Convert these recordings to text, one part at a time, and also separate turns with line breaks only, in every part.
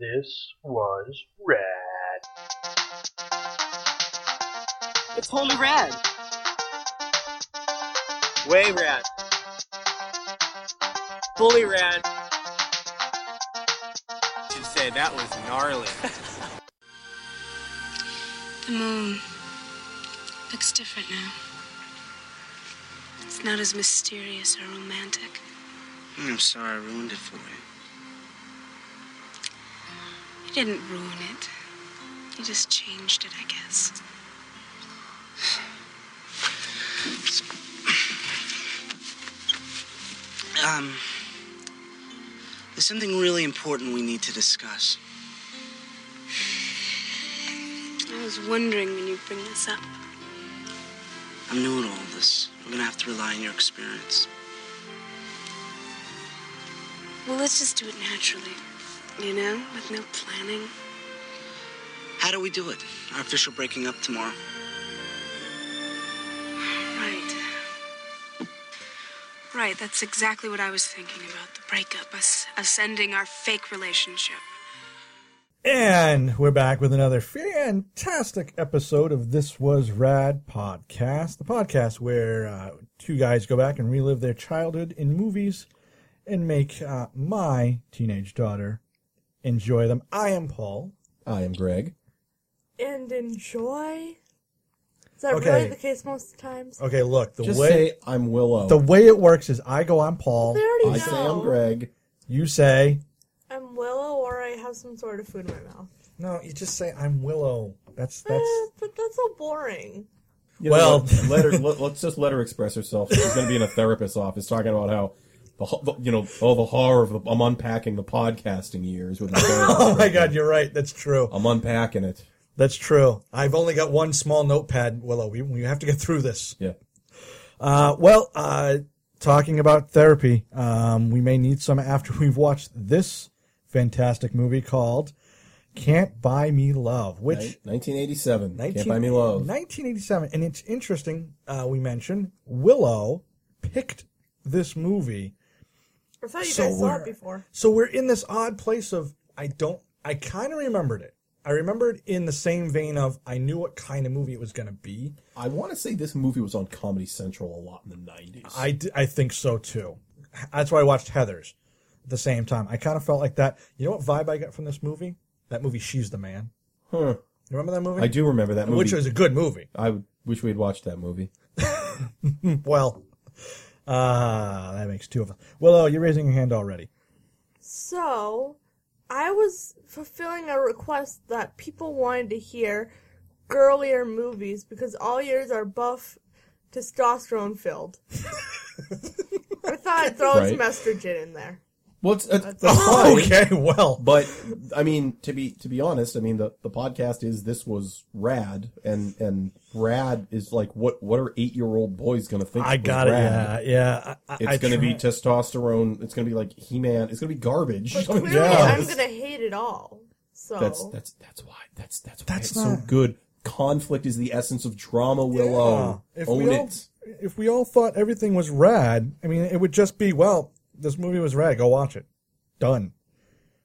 This was rad.
It's totally rad. Way rad. Fully rad. Should say that was gnarly.
The moon looks different now. It's not as mysterious or romantic.
I'm Hmm, sorry I ruined it for you.
You didn't ruin it. You just changed it, I guess.
Um, there's something really important we need to discuss.
I was wondering when you'd bring this up.
I'm new at all this. We're gonna have to rely on your experience.
Well, let's just do it naturally. You know, with no planning.
How do we do it? Our official breaking up tomorrow.
Right. Right, that's exactly what I was thinking about the breakup, us, us ending our fake relationship.
And we're back with another fantastic episode of This Was Rad Podcast, the podcast where uh, two guys go back and relive their childhood in movies and make uh, my teenage daughter enjoy them. I am Paul.
I am Greg.
and enjoy. Is that
Okay.
really the case most times?
Okay, look, the
Just
way
say I'm Willow.
the way it works is I go, I'm Paul.
They already
I
know.
say I'm Greg.
You say,
I'm Willow, or I have some sort of food in my mouth.
no, you just say I'm Willow. That's that's
Eh, but that's so boring.
You know
Well-
what? let her. Let, us just let her express herself. She's going to be in a therapist's office talking about how. The, ho- the- you know, all the horror of the, I'm unpacking the podcasting years with my therapist.
Oh my god, you're right. That's true.
I'm unpacking it.
That's true. I've only got one small notepad, Willow. We, we have to get through this.
Yeah.
Uh, well, uh, talking about therapy, um, we may need some after we've watched this fantastic movie called Can't Buy Me Love, which.
Nin- 1987.
19
Can't buy me love.
1987. And it's interesting, uh, we mentioned Willow picked this movie.
I thought you
So
guys saw
we're-
it before.
So we're in this odd place of I don't I kind of remembered it. I remembered in the same vein of I knew what kind of movie it was going to be.
I want to say this movie was on Comedy Central a lot in the 90s.
I, d- I think so too. That's why I watched Heather's at the same time. I kind of felt like that. You know what vibe I got from this movie? That movie, She's the Man.
Huh.
You remember that movie?
I do remember that movie.
Which was a good movie.
I would- wish we had watched that movie.
Well, uh, that makes two of us. Willow, you're raising your hand already.
So, I was fulfilling a request that people wanted to hear girlier movies because all yours are buff, testosterone filled. I thought I'd throw
Right.
some estrogen in there.
Well, it's, uh, it's, that's fine.
okay, well,
But I mean, to be to be honest, I mean the, the podcast is this was rad, and and rad is like what what are eight year old boys gonna think?
I
was
got it. Yeah,
rad?
yeah. I, I-
It's
I
gonna be
try-
testosterone. It's gonna be like He Man. It's gonna be garbage.
Oh,
I mean,
Clearly, I'm gonna hate it all. So
That's that's that's why that's that's why
That's
it's so
not-
good. Conflict is the essence of drama. Willow,
Yeah. Uh, If
own
we all,
it.
If we all thought everything was rad, I mean, it would just be well, this movie was rad. Go watch it. Done.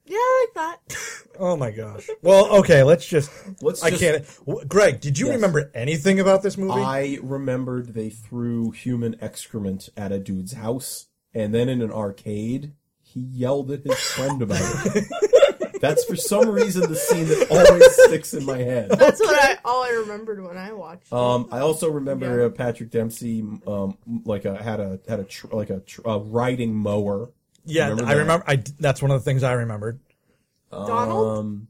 yeah, I like that.
Oh my gosh. Well, okay, let's just.
Let's
I
just-
can't. w- Greg, did you
Yes.
remember anything about this movie?
I remembered they threw human excrement at a dude's house, and then in an arcade, he yelled at his friend about it. That's for some reason the scene that always sticks in my head.
That's what I all I remembered when I watched.
Oh,
Um, I also remember uh, Patrick Dempsey, um, like a had a had a tr- like a tr- a riding mower.
yeah,
remember
I
that.
remember. I d that's one of the things I remembered.
Donald?
Um,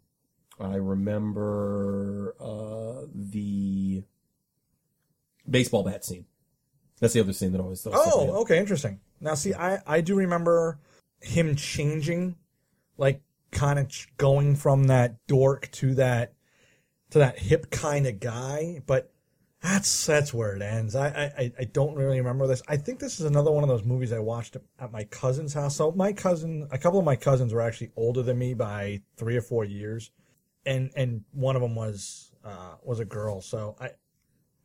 I remember uh, the baseball bat scene. That's the other scene that always.
Oh, okay, interesting. Now, see, I I do remember him changing, like kind of ch- going from that dork to that to that hip kind of guy, but. That's that's where it ends. I, I I- I don't really remember this. I think this is another one of those movies I watched at my cousin's house. So my cousin, a couple of my cousins were actually older than me by three or four years, and and one of them was uh, was a girl. So I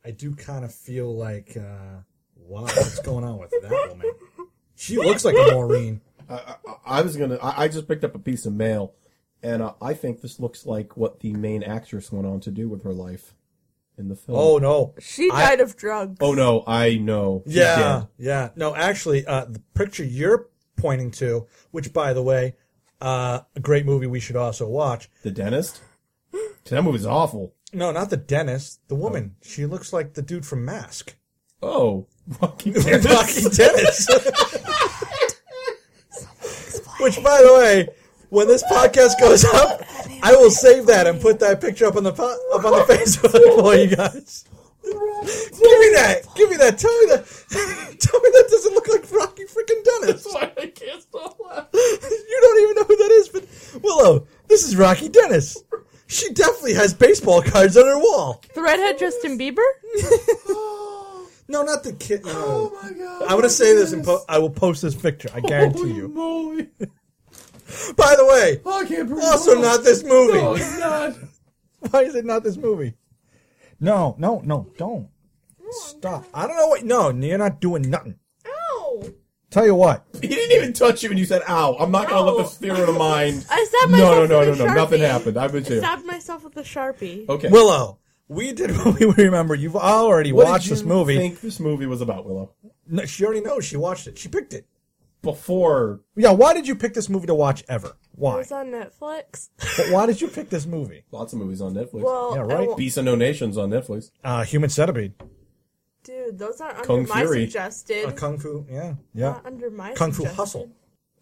I do kind of feel like uh, wow, what's going on with that woman? She looks like a Maureen.
I, I was gonna. I, I just picked up a piece of mail, And uh, I think this looks like what the main actress went on to do with her life in the film.
Oh no.
She
I-
died of drugs.
Oh, no, I know. She's
Yeah,
dead.
yeah. No, actually, uh, the picture you're pointing to, which by the way, uh, a great movie we should also watch.
The dentist? That movie's awful.
No, not the dentist. The woman. She looks like the dude from Mask.
Oh, fucking
Rocky Dennis. Which, by the way, when this podcast goes up, I will save that and put that picture up on the po- up on the Facebook for you guys. Give me that. Give me that. Tell me that. Tell me that doesn't look like Rocky freaking Dennis.
I can't stop laughing.
You don't even know who that is, but Willow, this is Rocky Dennis. She definitely has baseball cards on her wall.
The redhead Justin Bieber?
No, not the kid. No.
Oh my god.
I'm gonna say this and po- I will post this picture. I guarantee
Holy
you.
moly.
By the way,
I can't breathe.
also not this movie.
No, it's not.
Why is it not this movie? No, no, no, don't stop. I don't know what. No, you're not doing nothing.
Ow!
Tell you what.
He didn't even touch you when you said, ow. I'm not going to let this fear of mine.
I stabbed myself
No, no, no, no,
with a
no.
Sharpie.
Nothing happened. I'm with
I
you.
stabbed myself with a Sharpie.
Oh
Okay.
Willow, we did what we remember. You've already
What did
watched
you
this movie.
think this movie was about, Willow?
No, she already knows. She watched it. She picked it.
Before.
Yeah. Why did you pick this movie to watch ever?
It
Why?
was on Netflix.
But why did you pick this movie?
Lots of movies on Netflix.
Well,
Yeah,
I
right.
won't-
Beasts and No Nations on Netflix.
Uh, Human Centipede.
dude, those aren't under
Kung
my
Fury.
A
suggested.
Uh, kung fu. Yeah. Yeah.
Not under my
Kung Fu
suggested.
Hustle.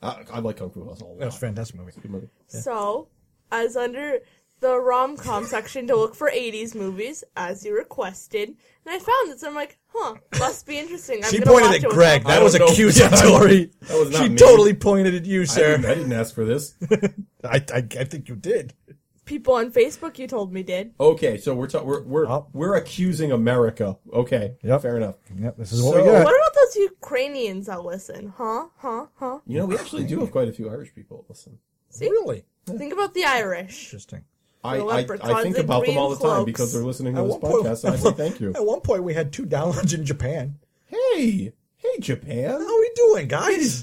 I, I like Kung Fu Hustle a lot.
That was a fantastic movie.
Good movie.
So, I was under the rom com section to look for 80s movies, as you requested, and I found this. I'm like, huh, must be interesting. I'm
She
gonna watch
pointed
it
at
with
Greg.
my-
That
I
was
don't know.
accusatory.
That was not
she
me.
totally pointed at you,
I didn't,
sir.
I didn't ask for this.
I, I, I think you did.
People on Facebook, you told me did.
Okay, so we're ta- we're we're,
Oh.
we're accusing America. Okay,
Yep.
fair enough.
Yep, this
is what we got.
What about those Ukrainians that listen? Huh? Huh? Huh?
You know, we actually do have quite a few Irish people. Listen,
Really
Think about the Irish.
interesting.
I
The
I, I
leprechauns
think
in
about them
green
all the time
cloaks.
because they're listening to
At
this
one point-
podcast, and I say thank you.
At one point, we had two downloads in Japan.
Hey, hey, Japan!
How are we doing,
It is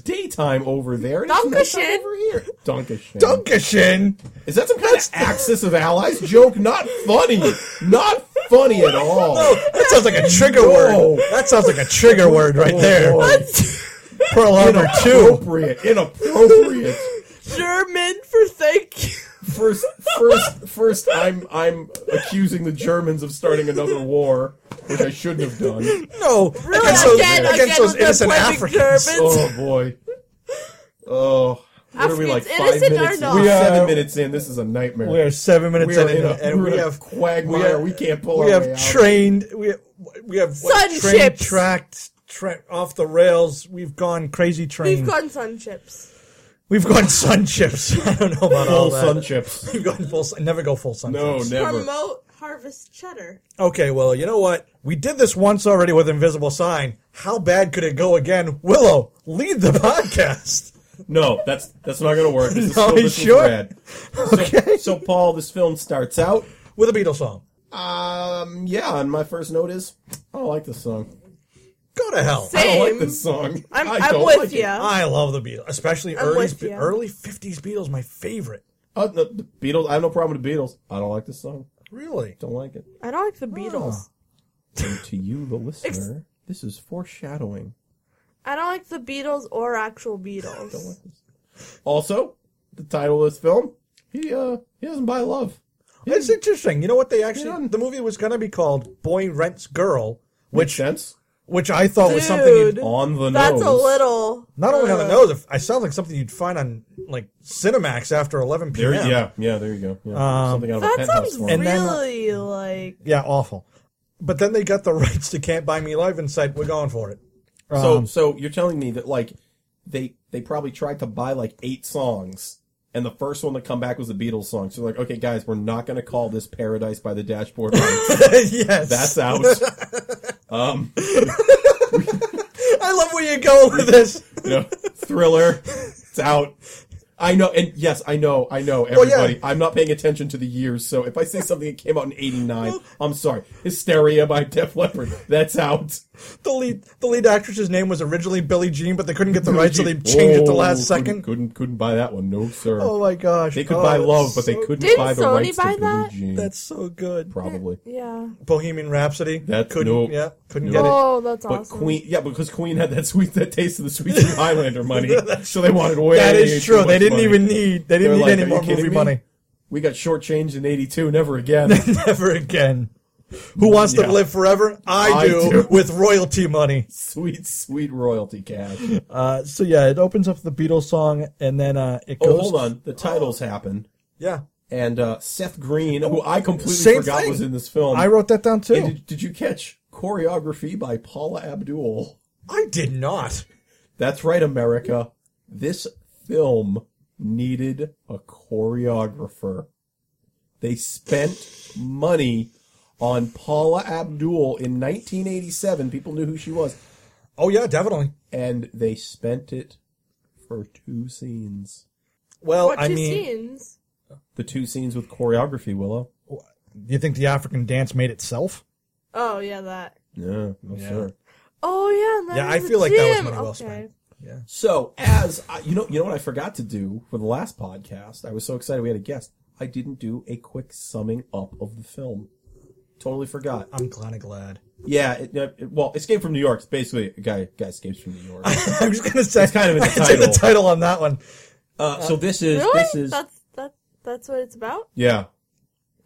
guys?
daytime over there. and it's nighttime
Dankeschön.
over here. Dunkishin.
Dunkashin.
Is that some kind of axis of allies joke? Not funny. Not funny at all.
That sounds like a trigger
No.
word. That sounds like a trigger word right there.
What?
Pearl Harbor two.
Inappropriate. Inappropriate.
German for thank you.
First, first, first. I'm I'm accusing the Germans of starting another war, which I shouldn't have done.
No, against those,
again, again,
against those
with the
innocent
pointing
Africans.
Germans.
Oh boy. Oh. What are we like
Africans
five
innocent or
minutes?
not?
in?
We are-
seven minutes in. This is a nightmare.
We are seven minutes
We're
in,
in a,
and, and
we're
we
in a
have
quagmire. We,
have-
can't pull.
we
our
have
way out.
trained we have, we have what,
Sun
train
ships.
tracked tra- off the rails we've gone crazy train
We've gone sun chips.
We've gone sun chips i don't know about all
full
that
sun chips.
we've gone full sun never go full sun
No,
chips.
never.
Promote harvest cheddar.
okay well you know what we did this once already with invisible sign how bad could it go again willow lead the podcast
No, that's that's not gonna work. This is
No,
still,
you
this is
sure?
rad. So, so Paul, this film starts out.
with a beatles song
Um, yeah, and my first note is I don't like this song.
go to hell
I don't like
Same.
this song.
I'm,
I
I'm
don't
with
like it.
you.
i love the beatles especially
I'm
early,
with
Be-
ya.
early 50s beatles my favorite
Uh, the, the Beatles. I have no problem with the Beatles. I don't like this song.
really
Don't like it.
I don't like
Oh.
the Beatles.
And to you, the listener, this is foreshadowing.
I don't like the Beatles or actual
Don't
Beatles.
like this. Also, the title of this film. He uh he doesn't buy love.
It's interesting. You know what they actually
Yeah.
the movie was going to be called Boy Rents Girl, which
sense
which I thought was something you'd,
Dude.
on the
That's
nose.
a little.
not only on the
Uh.
Ugh.
nose, if- I sound like something you'd find on like Cinemax after 11 p.m.
There, yeah. Um, yeah, there you go. Yeah. Something out of a
That
penthouse
sounds
farm.
And then, uh,
really like.
Yeah, awful. But then they got the rights to Can't Buy Me Live and said, "We're going for it."
So
Um,
so you're telling me that like they they probably tried to buy like eight songs and the first one to come back was a Beatles song. So like, okay guys, we're not gonna call this Paradise by the Dashboard Lights.
yes,
That's out. Um
I love where you go with this.
you know, thriller. It's out. I know, and yes, I know, I know,
Well, yeah.
everybody. I'm not paying attention to the years, so if I say something that came out in '89, I'm sorry. Hysteria by Def Leppard. That's out.
The lead, the lead actress's name was originally Billie Jean, but they couldn't get the rights, so they changed it to last
Oh, couldn't-
second.
Couldn't couldn't buy that one. No sir.
Oh my gosh!
they could
Oh,
buy
that's
love, but they
so-
couldn't
Didn't
buy the
Sony
rights
buy
to
that?
Blue Jean.
That's so good.
probably.
Yeah.
Bohemian Rhapsody.
That-
couldn't.
nope.
Yeah, couldn't
Nope.
get it.
Oh, that's
But
awesome.
Queen, yeah, because Queen had that sweet, that taste of the sweet and Highlander money, so they wanted way.
That is
too
true. They
much
didn't
money.
even need. They
They're
didn't need
like, "Are
any
you
more
kidding
movie
me?
money.
We got shortchanged in '82. Never again.
Never again. Who wants
Yeah.
to live forever? I,
I
do,
do.
with royalty money.
sweet, sweet royalty cash.
Uh, so yeah, it opens up the Beatles song, and then uh, it goes.
Oh, hold on. The titles happen,
Yeah,
and uh, Seth Green, who I completely
Same
forgot
thing.
was in this film.
I wrote that down too.
Um, And did, did you catch choreography by Paula Abdul?
I did not.
That's right, America. This film needed a choreographer. They spent money on Paula Abdul in 1987. People knew who she was,
Oh yeah, definitely.
and they spent it for two scenes.
Well,
What
I
two
mean,
scenes?
The two scenes with choreography, Willow.
you think the African dance made itself?
Oh yeah, that.
Yeah, no sir.
Oh yeah, and that
Yeah,
is
I
a
feel like that was
gym.
money well
okay.
spent.
So as I, you know, you know what I forgot to do for the last podcast. I was so excited we had a guest. I didn't do a quick summing up of the film. Totally forgot.
I'm kind of glad.
Yeah, it, it, well, Escape from New York. It's basically a guy guy escapes from New York.
I was gonna say
It's kind of in the
I'd say
title.
the title on that one.
Uh, so this is
Really?
this is
That's that. That's what it's about.
yeah,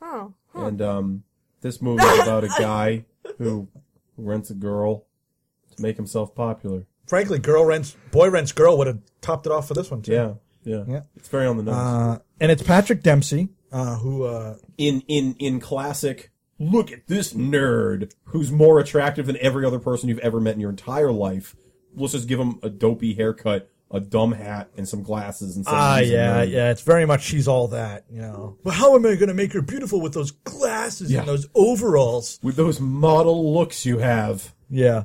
Oh. Huh.
and um, this movie is about a guy who rents a girl to make himself popular.
Frankly, girl rents boy rents girl would have topped it off for this one too.
Yeah, yeah,
Yeah.
It's very on the nose.
Uh, and it's Patrick Dempsey uh, who uh,
in in in classic look at this nerd who's more attractive than every other person you've ever met in your entire life let's just give him a dopey haircut a dumb hat and some glasses and say
Ah,
he's a
yeah,
nerd.
yeah. It's very much she's all that, you know. Well, how am I going to make her beautiful with those glasses
Yeah.
and those overalls?
with those model looks you have
Yeah,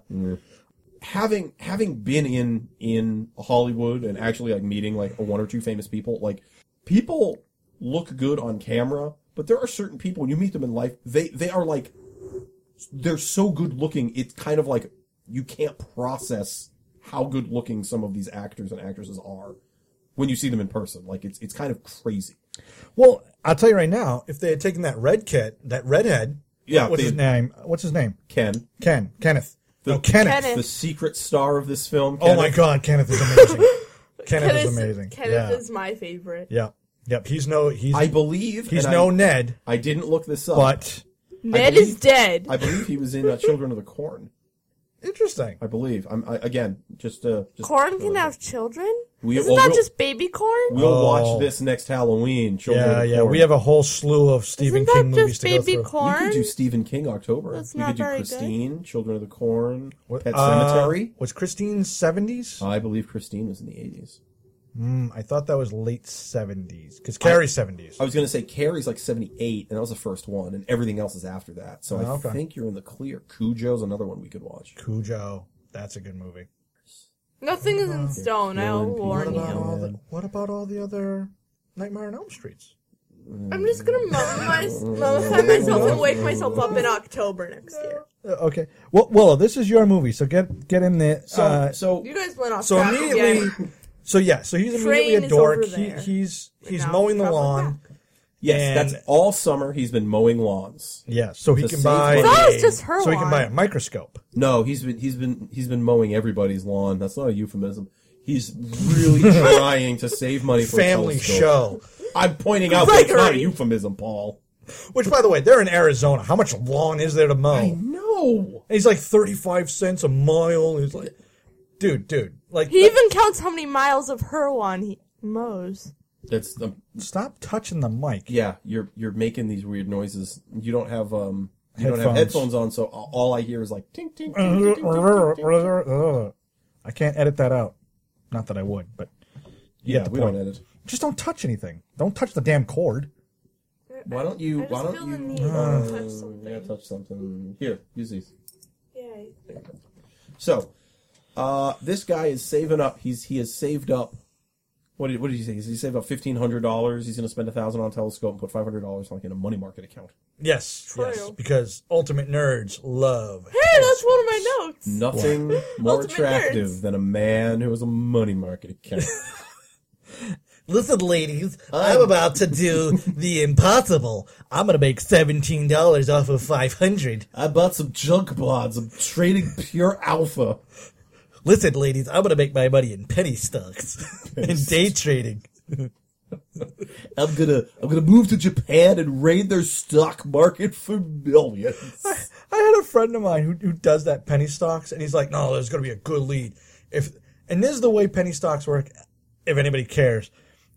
having having been in in hollywood and actually like meeting like one or two famous people like people look good on camera but there are certain people when you meet them in life they they are like they're so good looking it's kind of like you can't process how good looking some of these actors and actresses are when you see them in person like it's it's kind of crazy
Well, I'll tell you right now, if they had taken that red kid, that redhead,
Yeah,
what's
they-
his name? What's his name?
ken
Ken, Kenneth.
The-
no, Kenneth.
Kenneth.
the secret star of this film
Oh my
Kenneth,
God, Kenneth is amazing. Kenneth is amazing.
Kenneth
yeah.
is my favorite.
yeah, yep. He's no, he's
i believe
he's
and
no
I,
Ned,
I didn't look this up
but
Ned
believe-
is dead.
i believe he was in uh, children of the corn
interesting.
I believe. I'm I, again just uh just
corn can have children.
We-
Isn't
well,
that
we'll-
just baby corn?
We'll
Oh.
watch this next Halloween. Children
Yeah, yeah. We have a whole slew of Stephen
Isn't
King
that
movies
just
to go
baby
through.
We
corn?
could do Stephen King October.
That's
we
not
could do
very good.
Christine, Children of the Corn, Pet
Uh,
Cemetery. Oh.
was Christine seventies? Um,
I believe Christine was in the 80s.
I thought that was late seventies because Carrie's seventies.
I was going to say Carrie's like 78 and that was the first one and everything else is after that. So
Oh,
I
okay.
think you're in the clear. Cujo's another one we could watch.
Cujo, that's a good movie.
Nothing is in stone. I will
Killing people.
warn
What about
you.
all the,
Yeah.
what about all the other Nightmare on Elm Streets?
I'm just gonna mummify my- mummify myself and wake myself up in October next year.
Uh, okay. Well, Willow, this is your movie, so get get in there.
So,
uh,
so
You guys went off.
so
track
immediately,
again.
so yeah, so he's immediately
Train
a
is
dork.
over
He,
there.
he's he's
Now,
mowing the
probably
lawn.
back.
yes,
and-
that's all summer he's been mowing lawns.
Yeah, so he
To
can
save
buy.
money.
That was just her
so he can buy a
lawn.
microscope.
No, he's been he's been he's been mowing everybody's lawn. That's not a euphemism. He's really trying to save money for a
Family
telescope.
show.
I'm pointing out that it's not a
Gregory.
euphemism, Paul.
Which, by the way, they're in Arizona. How much lawn is there to mow? And
No.
he's like thirty-five cents a mile. He's like, dude, dude, like,
He even counts how many miles of her one he mows.
That's the
stop touching the mic.
yeah. You're you're making these weird noises. You don't have um you don't have
Headphones.
headphones on, so all all I hear is like tink tink. tink, tink, tink, tink, tink.
Uh-huh. I can't edit that out. Not that I would, but you
Yeah,
get the
we
point.
don't edit.
Just don't touch anything. Don't touch the damn cord.
Why don't you?
I just
Why
feel the
don't
need
you?
to
Hmm.
uh,
touch
you gotta
something.
touch something. Here, use these.
Yay.
So, uh, this guy is saving up. He's he has saved up What did, what did he say? He said he saved about fifteen hundred dollars. He's going to spend a thousand on a telescope and put five hundred dollars like in a money market account.
Yes, yes,
True.
because ultimate nerds love.
Hey, that's one of my notes.
Nothing more
Ultimate
attractive
nerds.
than a man who has a money market account.
Listen, ladies, I'm about to do the impossible. I'm gonna make seventeen dollars off of five hundred.
I bought some junk bonds. I'm trading pure alpha.
Listen, ladies, I'm gonna make my money in penny stocks and day trading.
I'm gonna I'm gonna move to Japan and raid their stock market for millions.
I had a friend of mine who, who does that penny stocks, and he's like, "No, there's going to be a good lead." If and this is the way penny stocks work. If anybody cares,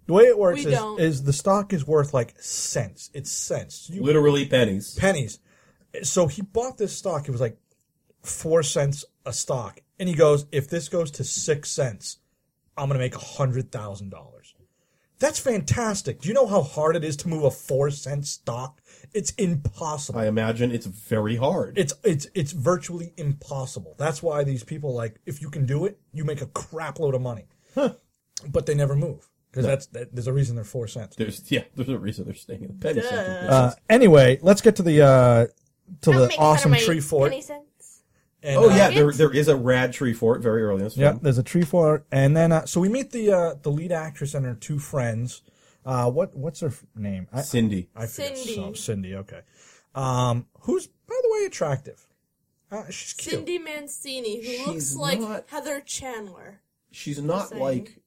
the way it works
We
is,
don't.
is the stock is worth like cents. It's cents, you,
Literally pennies.
pennies. So he bought this stock. It was like four cents a stock, and he goes, "If this goes to six cents, I'm going to make a hundred thousand dollars." That's fantastic. Do you know how hard it is to move a four cent stock? It's impossible
I imagine it's very hard.
it's it's it's virtually impossible. That's why these people like if you can do it, you make a crap load of money. But they never move because that's that, there's a reason they're four cents.
there's yeah, there's a reason they're staying in the penny section.
Uh, anyway, let's get to the uh, to
Don't
the
make fun of
awesome
my
tree fort.
penny cents.
And,
oh
uh,
yeah, there there is a rad tree fort very early in this
yeah.
film.
There's a tree fort, and then uh, so we meet the uh, the lead actress and her two friends. Uh, what what's her f- name? I,
Cindy.
I forget.
Cindy.
some- Cindy. Okay. Um, who's by the way attractive? Uh, she's cute.
Cindy Mancini, who
She's
looks like
not-
Heather Chandler.
She's not
Same.
like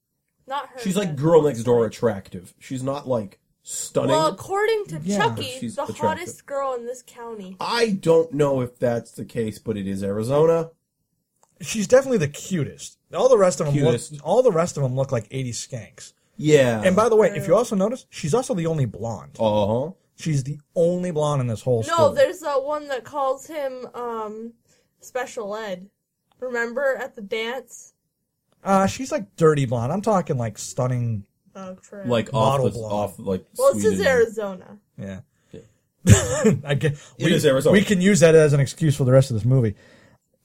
Not her.
she's like
but-
girl next door attractive. She's not like stunning.
Well, according to
Yeah.
Chucky,
She's
the
attractive.
hottest girl in this county.
I don't know if that's the case, but it is Arizona.
She's definitely the cutest. All the rest of them
Cutest.
look. All the rest of them look like eighty skanks.
Yeah.
And by the way, if you also notice, she's also the only blonde.
uh huh.
She's the only blonde in this whole
No,
story.
there's that one that calls him um special ed. Remember at the dance?
Uh, she's like dirty blonde. I'm talking like stunning.
Oh, crap.
Like
Model
off the
blonde.
off like.
well, this is
Sweden.
Arizona.
Yeah. I get,
It
we,
is Arizona.
We can use that as an excuse for the rest of this movie.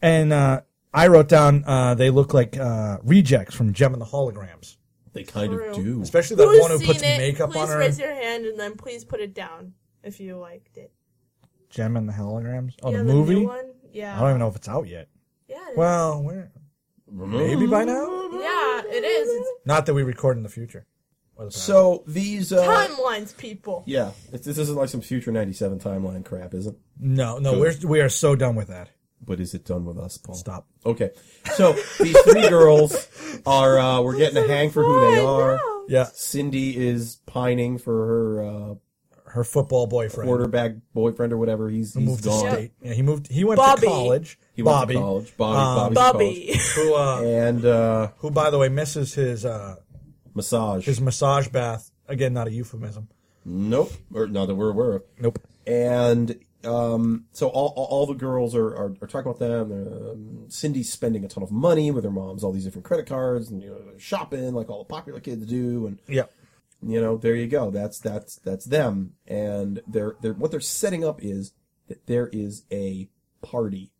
And uh, I wrote down uh, they look like uh, rejects from Gem and the Holograms,
They kind of
True.
do.
especially that
Who's
one who
seen
puts
it?
makeup
please
on her.
raise your hand and then please put it down if you liked it.
Gem and the Holograms. Oh,
yeah,
the
new
movie.
one? Yeah.
I don't even know if it's out yet.
Yeah. it is.
Well, where,
Mm-hmm.
maybe by now.
yeah, it is. It's
Not that we record in the future. Or the past.
So these. Uh,
timelines, people.
Yeah, it's, this isn't like some future '97 timeline crap, is it?
no, no, we're we are so done with that.
But is it done with us, Paul?
Stop.
Okay, so these three girls are. Uh, we're getting a hang for who they are.
Yeah,
Cindy is pining for her uh,
her football boyfriend
quarterback boyfriend or whatever. He's,
who
he's
moved to
gone.
state. Yeah, he moved. He went
Bobby.
to college.
He went
Bobby,
to college. Bobby,
Um,
Bobby's
Bobby.
who uh,
college. and uh,
who by the way misses his uh,
massage.
his massage bath again. Not a euphemism.
nope, or not that we're aware of.
Nope.
and um, so all, all, all the girls are, are, are talking about them. Um, Cindy's spending a ton of money with her mom's all these different credit cards and you know, shopping like all the popular kids do. And
Yeah.
you know, there you go. That's that's that's them. And they're they're what they're setting up is that there is a party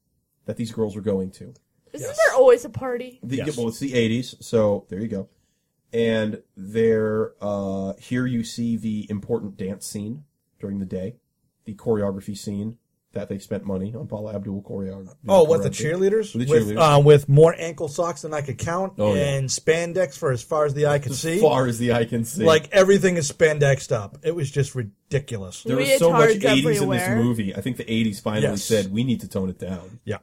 that these girls are going to.
Isn't there always a party?
The,
Yes.
Well, it's the '80s, so there you go. And there, uh, here you see the important dance scene during the day, the choreography scene that they spent money on. Paula Abdul choreography.
Oh, what the cheerleaders
The
with
cheerleaders.
uh, with more ankle socks than I could count
Oh, yeah.
and spandex for as far as the eye could
As
see.
far as the eye can see,
Like everything is spandexed up. It was just ridiculous.
there was
leotards
so much '80s in this
everywhere.
movie. I think the '80s finally
Yes.
said we need to tone it down.
Yeah.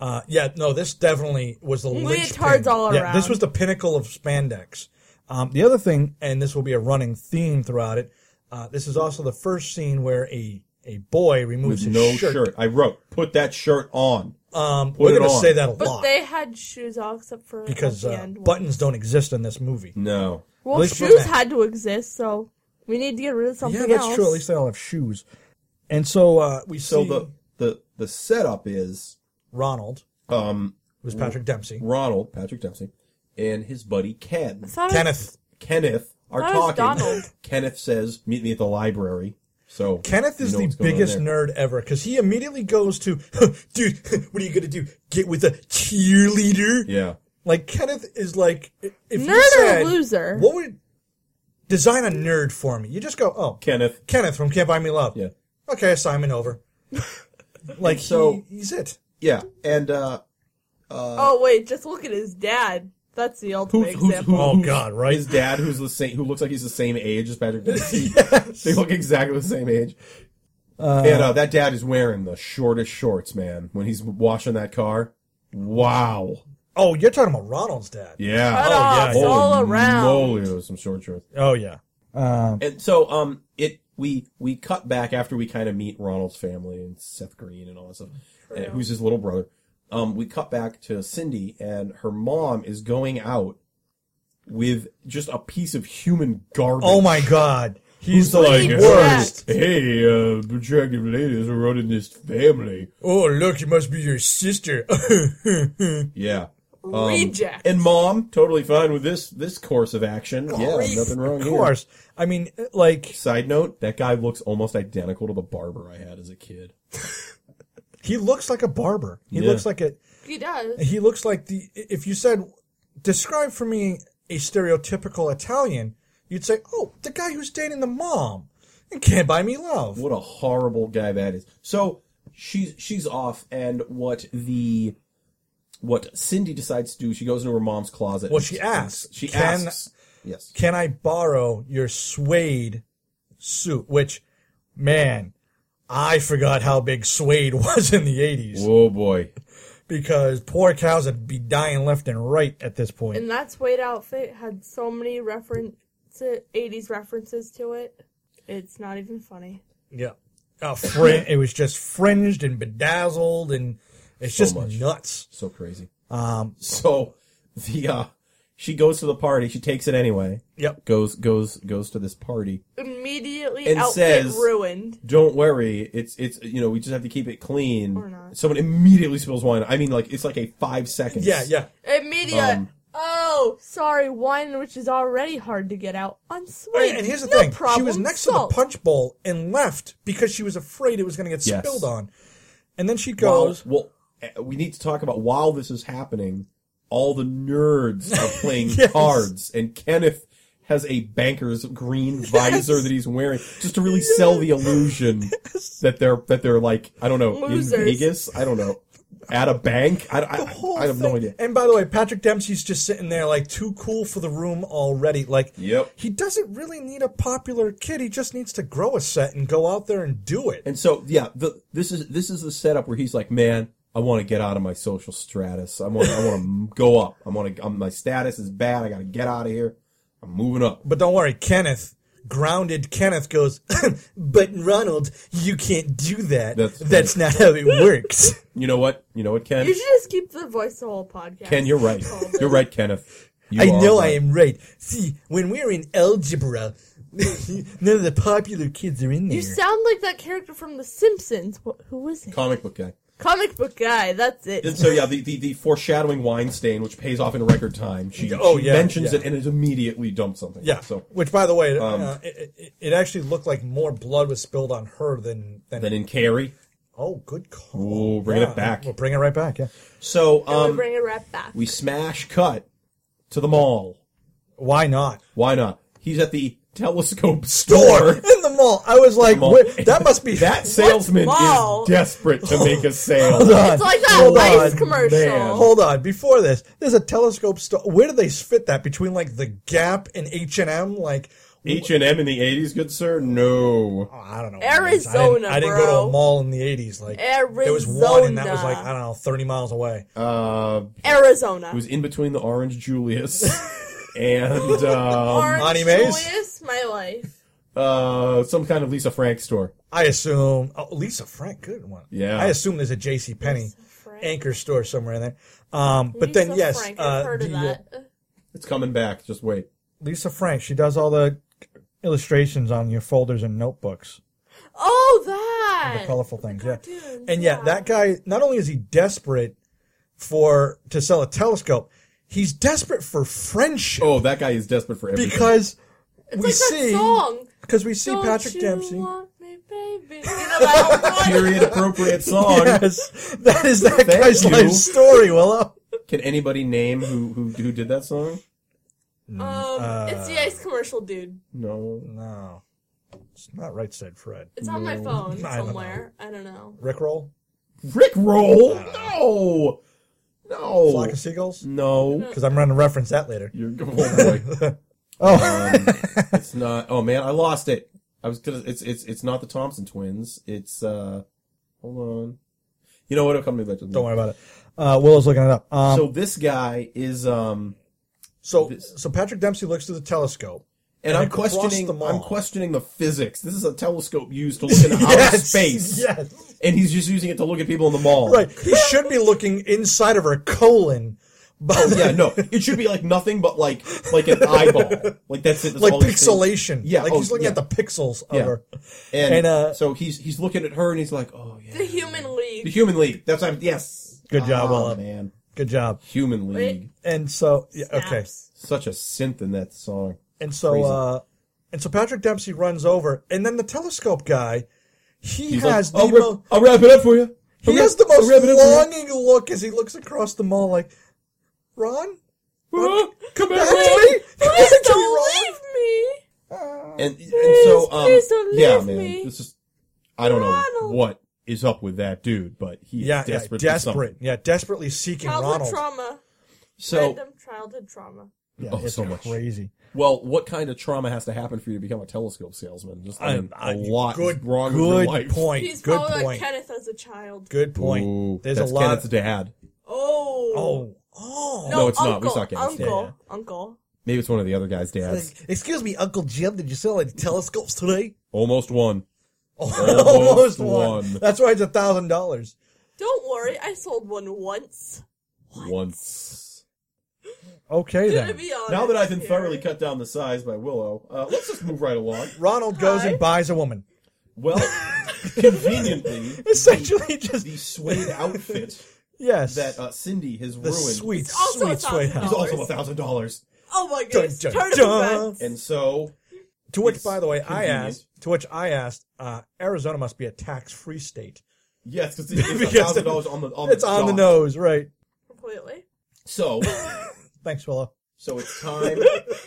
Uh, yeah, no, this definitely was the
Leotards
linchpin.
all
Yeah,
around.
this was the pinnacle of spandex. Um, the other thing, and this will be a running theme throughout it, uh, this is also the first scene where a, a boy removes
With
his
no
shirt.
shirt. I wrote, put that shirt on.
Um,
it
we're going to
on.
say that a
But
lot
they had shoes all except for
because
at the
uh,
end one.
buttons don't exist in this movie.
No,
at
Well,
least for
shoes
men.
had to exist, so we need to get rid of something
yeah, that's
else.
true. At least they all have shoes. And so uh, we
so
see
the the the setup is
Ronald,
um
who's Patrick Dempsey,
Ronald Patrick Dempsey and his buddy Ken.
I thought it was-
Kenneth.
Kenneth are
That was
talking.
Donald.
Kenneth says, "Meet me at the library." So
Kenneth
you
is
know
the
what's going on
biggest
there.
nerd ever because he immediately goes to, dude, what are you going to do? Get with a cheerleader?
Yeah,
Like Kenneth is like if you
Nerd or
said,
loser?
What would Design a nerd for me. You just go, oh,
Kenneth.
Kenneth from Can't Buy Me Love.
Yeah.
Okay, assignment over. like
So-
so, he's it.
Yeah, and uh,
oh wait, just look at his dad. That's the
who,
ultimate
who's
example.
who, who's-
Oh, God, right?
His dad, who's the same, who looks like he's the same age as Patrick Dempsey. They look exactly the same age. and uh, that dad is wearing the shortest shorts, man. When he's washing that car, wow,
Oh, you're talking about Ronald's dad.
yeah,
Cut offs
Oh, yeah,
all
Holy
around.
moly, those are some short shorts.
Oh yeah.
And so, um, it we we cut back after we kind of meet Ronald's family and Seth Green and all that stuff, and who's his little brother. Um, we cut back to Cindy and her mom is going out with just a piece of human garbage.
Oh my God. He's
He's like,
the
Please,
worst.
hey, uh, attractive ladies are running this family.
Oh look, it must be your sister.
Yeah. Um,
Reject.
And mom, totally fine with this this course of action. yeah, nothing wrong
of
here.
course. I mean, like
Side note, that guy looks almost identical to the barber I had as a kid.
he looks like a barber. He
Yeah.
looks like a
he does.
he looks like the if you said describe for me a stereotypical Italian, you'd say, "Oh, the guy who's dating the mom and can't buy me love."
What a horrible guy that is. So she's she's off and what the what Cindy decides to do, she goes into her mom's closet.
Well,
and-
she asks,
She
"Can-
asks. Yes.
can I borrow your suede suit? Which, man, I forgot how big suede was in the 80s
Oh boy.
because poor cows would be dying left and right at this point.
And that suede outfit had so many reference '80s references to it. It's not even funny.
Yeah. Uh, frin- it was just fringed and bedazzled and it's just
much.
nuts.
So crazy.
Um,
So the uh she goes to the party, she takes it anyway.
yep.
Goes goes goes to this party.
Immediately,
And
outfit
says-
ruined.
Don't worry, it's it's you know, we just have to keep it clean.
Or not.
Someone immediately spills wine. I mean like it's like a five seconds.
Yeah, yeah.
Immediate.
Um,
oh, sorry, wine, which is already hard to get out. Unsweet.
Oh, and here's the
no
thing.
Problem,
she was next
salt.
to the punch bowl and left because she was afraid it was going to get
Yes.
spilled on. And then she
Well,
goes,
well eh, we need to talk about while this is happening, all the nerds are playing
Yes.
cards and Kenneth has a banker's green visor that he's wearing just to really sell the illusion that they're that they're like I don't know in
Losers.
Vegas I don't know at a bank I, I,
whole
I have no
thing.
idea
And by the way, Patrick Dempsey's just sitting there like too cool for the room already. Like
Yep.
he doesn't really need a popular kid. He just needs to grow a set and go out there and do it.
And so, yeah, the, this is this is the setup where he's like, "Man, I want to get out of my social stratus. I want I want to go up. I want to. My status is bad. I got to get out of here. I'm moving up."
But don't worry, Kenneth, grounded Kenneth goes, But Ronald, you can't do that.
That's
That's not how it works.
You know what? You know what, Ken?
You should Oh, just keep the voice the whole podcast.
Ken, you're right. You're right, Kenneth. You
I
are
know I
right.
am right. See, when we're in algebra, none of the popular kids are in there.
You sound like that character from The Simpsons. Wh- who is it?
comic book guy.
Comic book guy. That's it.
And so, yeah, the, the, the foreshadowing wine stain, which pays off in record time. She,
Oh,
she
yeah,
mentions
yeah.
it and it immediately dumped something.
Yeah.
So um,
Which, by the way, uh, it, it, it actually looked like more blood was spilled on her than than.
then in Carrie,
oh, good call.
Ooh, bringing it back.
We'll bring it right back. Yeah.
so
I'm gonna
um,
bring it right back.
we smash cut to the mall.
Why not?
Why not? He's at the telescope
Door
store.
in the mall. I was like,
mall.
wait, that must be
That salesman
mall?
is desperate to make a
Hold
sale.
on.
it's like that
Hold
ice
on,
commercial.
man.
Hold on. Before this, there's a telescope store. Where do they fit that between like the Gap and H and M? Like,
H and M in the eighties, good sir. No,
oh, I don't know. what it is. I didn't-
Arizona,
I didn't, go to
bro.
a mall in the '80s. Like, there was one, and that was like
Arizona.
I don't know, 30 miles away.
uh,
Arizona.
it was in between the Orange Julius and um,
Orange
Monty Mays?
Julius, my life.
uh, some kind of Lisa Frank store.
I assume oh, Lisa Frank, good one.
Yeah.
I assume there's a J.C. Penney
Frank.
anchor store somewhere in there. Um, but
Lisa
then yes,
Frank, I've
uh,
heard
the,
of that.
It's coming back. Just wait.
Lisa Frank, she does all the illustrations on your folders and notebooks,
Oh, that.
the colorful things. Yeah,
cartoons,
and yeah,
yeah.
that guy. Not only is he desperate for to sell a telescope, he's desperate for friendship
Oh, that guy is desperate for everything.
because we
It's like that
see
song.
because we see
Don't
Patrick
you
Dempsey.
want me, baby? You know that one?
period appropriate song.
Yes, that is that guy's
you.
life story, Willow.
Can anybody name who, who who did that song?
Mm,
Um,
uh,
it's the ice commercial, dude.
No.
No, it's not right said Fred.
It's on my phone
I don't
somewhere. I don't know.
Rickroll,
Rick Roll? No. No.
Uh,
Oh.
flock of seagulls.
No.
Because I'm going to reference that later.
You're oh boy. Um,
Oh,
It's not Oh man, I lost it. I was gonna it's it's it's not the Thompson twins. It's uh hold on. You know what it'll come to me later.
don't worry about it. Uh, Willow's looking it up. Um,
So this guy is um
so, so Patrick Dempsey looks through the telescope.
and, I'm
across
questioning
the mall.
I'm questioning the physics. This is a telescope used to look into outer space.
Yes.
And he's just using it to look at people in the mall.
Right. He should be looking inside of her colon, but
Oh, Yeah, no. It should be like nothing but like like an eyeball. Like that's it. That's
like
all he's seeing.
pixelation.
Oh, Yeah,
Like
oh,
he's looking
yeah.
at the pixels
Yeah.
of her.
And,
And, uh,
so he's he's looking at her and he's like, oh yeah,
The Human
the
League.
Human League. That's what I'm, yes.
Good job,
Ah,
Willa.
man.
Good job.
Human League.
And so, yeah, okay.
Snaps.
Such a synth in that song.
And so, uh, and so Patrick Dempsey runs over, and then the telescope guy, he
He's
has
like, "Oh, I'll,
the
wrap,
mo-
I'll wrap it up for you.
he has the most longing look as he looks across the mall, like, Ron,
Come
back to me, back
Please
to me,
don't
Ron.
leave me.
And, and so, um,
please don't
yeah,
leave
man.
me.
This is, I don't know
Ronald.
what is up with that dude, but he's
Yeah, yeah,
desperate.
desperate,
for something.
yeah, desperately seeking
Childhood
Ronald.
trauma.
So,
Random childhood trauma.
Yeah,
Oh,
it's
so much.
crazy.
well, what kind of trauma has to happen for you to become a telescope salesman? Just I mean,
I- I-
a lot
good,
wrong
good
with your life.
point.
He's
good
probably like
point.
Kenneth as a child.
good point.
Ooh,
There's
that's
a lot.
Kenneth's dad.
Oh.
oh, oh.
No, it's not. We
uncle,
saw Kenneth's dad.
Uncle.
Yeah,
Uncle.
Maybe it's one of the other guys' dads.
Excuse me, Uncle Jim. Did you sell any telescopes today? Oh,
Almost one.
Almost, one.
one.
That's why it's a thousand dollars.
Don't worry, I sold one once.
Once.
Okay
To
then.
be honest.
Now that I've been
here.
thoroughly cut down the size by Willow, uh, let's just move right along.
Ronald goes
Hi.
and buys a woman.
Well, conveniently,
Essentially, just
the suede outfit
yes.
that uh, Cindy has
the
ruined
sweet,
also
sweet, sweet
$1,000.
is
house.
also a thousand dollars.
Oh my
Dun,
goodness.
dun,
Turn of
dun.
events.
And so,
To which,
It's
by the way, I
convenient.
asked. To which I asked, uh, Arizona must be a tax-free state.
yes, cause it's a
Because
thousand dollars on the on
It's
the
on the
dot.
nose, right?
Completely.
So,
Thanks, Willow.
so it's time,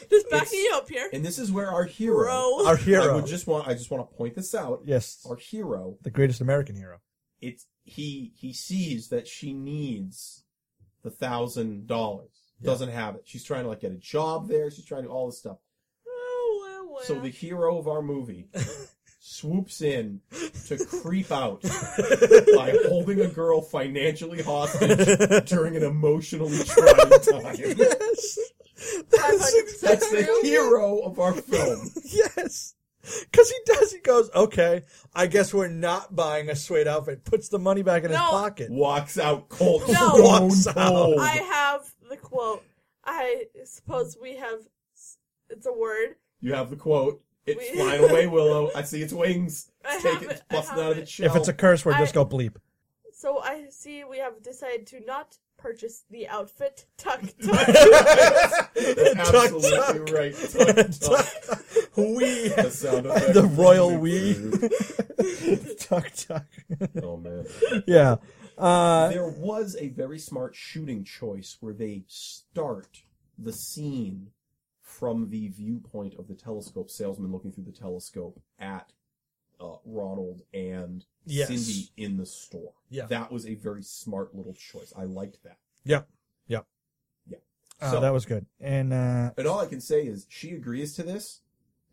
Just backing you up here.
and this is where our hero.
Bro.
Our
I
hero.
would just want I just want to point this out.
yes,
Our hero
the greatest American hero.
it's he he sees that she needs the thousand dollars doesn't have it she's trying to like get a job there she's trying to do all this stuff
Oh, well, well.
so the hero of our movie swoops in to creep out by holding a girl financially hostage during an emotionally trying time
Yes,
that's the hero of our film
yes. Because he does. He goes, okay. I guess we're not buying a suede outfit. Puts the money back in his
No.
pocket.
walks out cold
No.
stone
Walks out.
cold.
I have the quote. I suppose we have. It's a word.
you have the quote it's
We-
flying away willow i see its wings
I
It's take
have
it,
it,
it's
I
busting
have
out of
it.
its shell
If it's a curse word, just
I-
go bleep.
So I see we have decided to not purchase the outfit. Tuck, tuck.
That's
Tuck,
absolutely
tuck.
right. Tuck, tuck.
we.
The sound effect.
The royal we. tuck, tuck.
oh man.
Yeah. Uh,
There was a very smart shooting choice where they start the scene from the viewpoint of the telescope salesman looking through the telescope at uh, Ronald and
Yes.
Cindy in the store.
Yeah.
That was a very smart little choice. I liked that.
yep. Yep.
Yeah.
Uh,
So-
that was good. And, uh,
And all I can say is she agrees to this.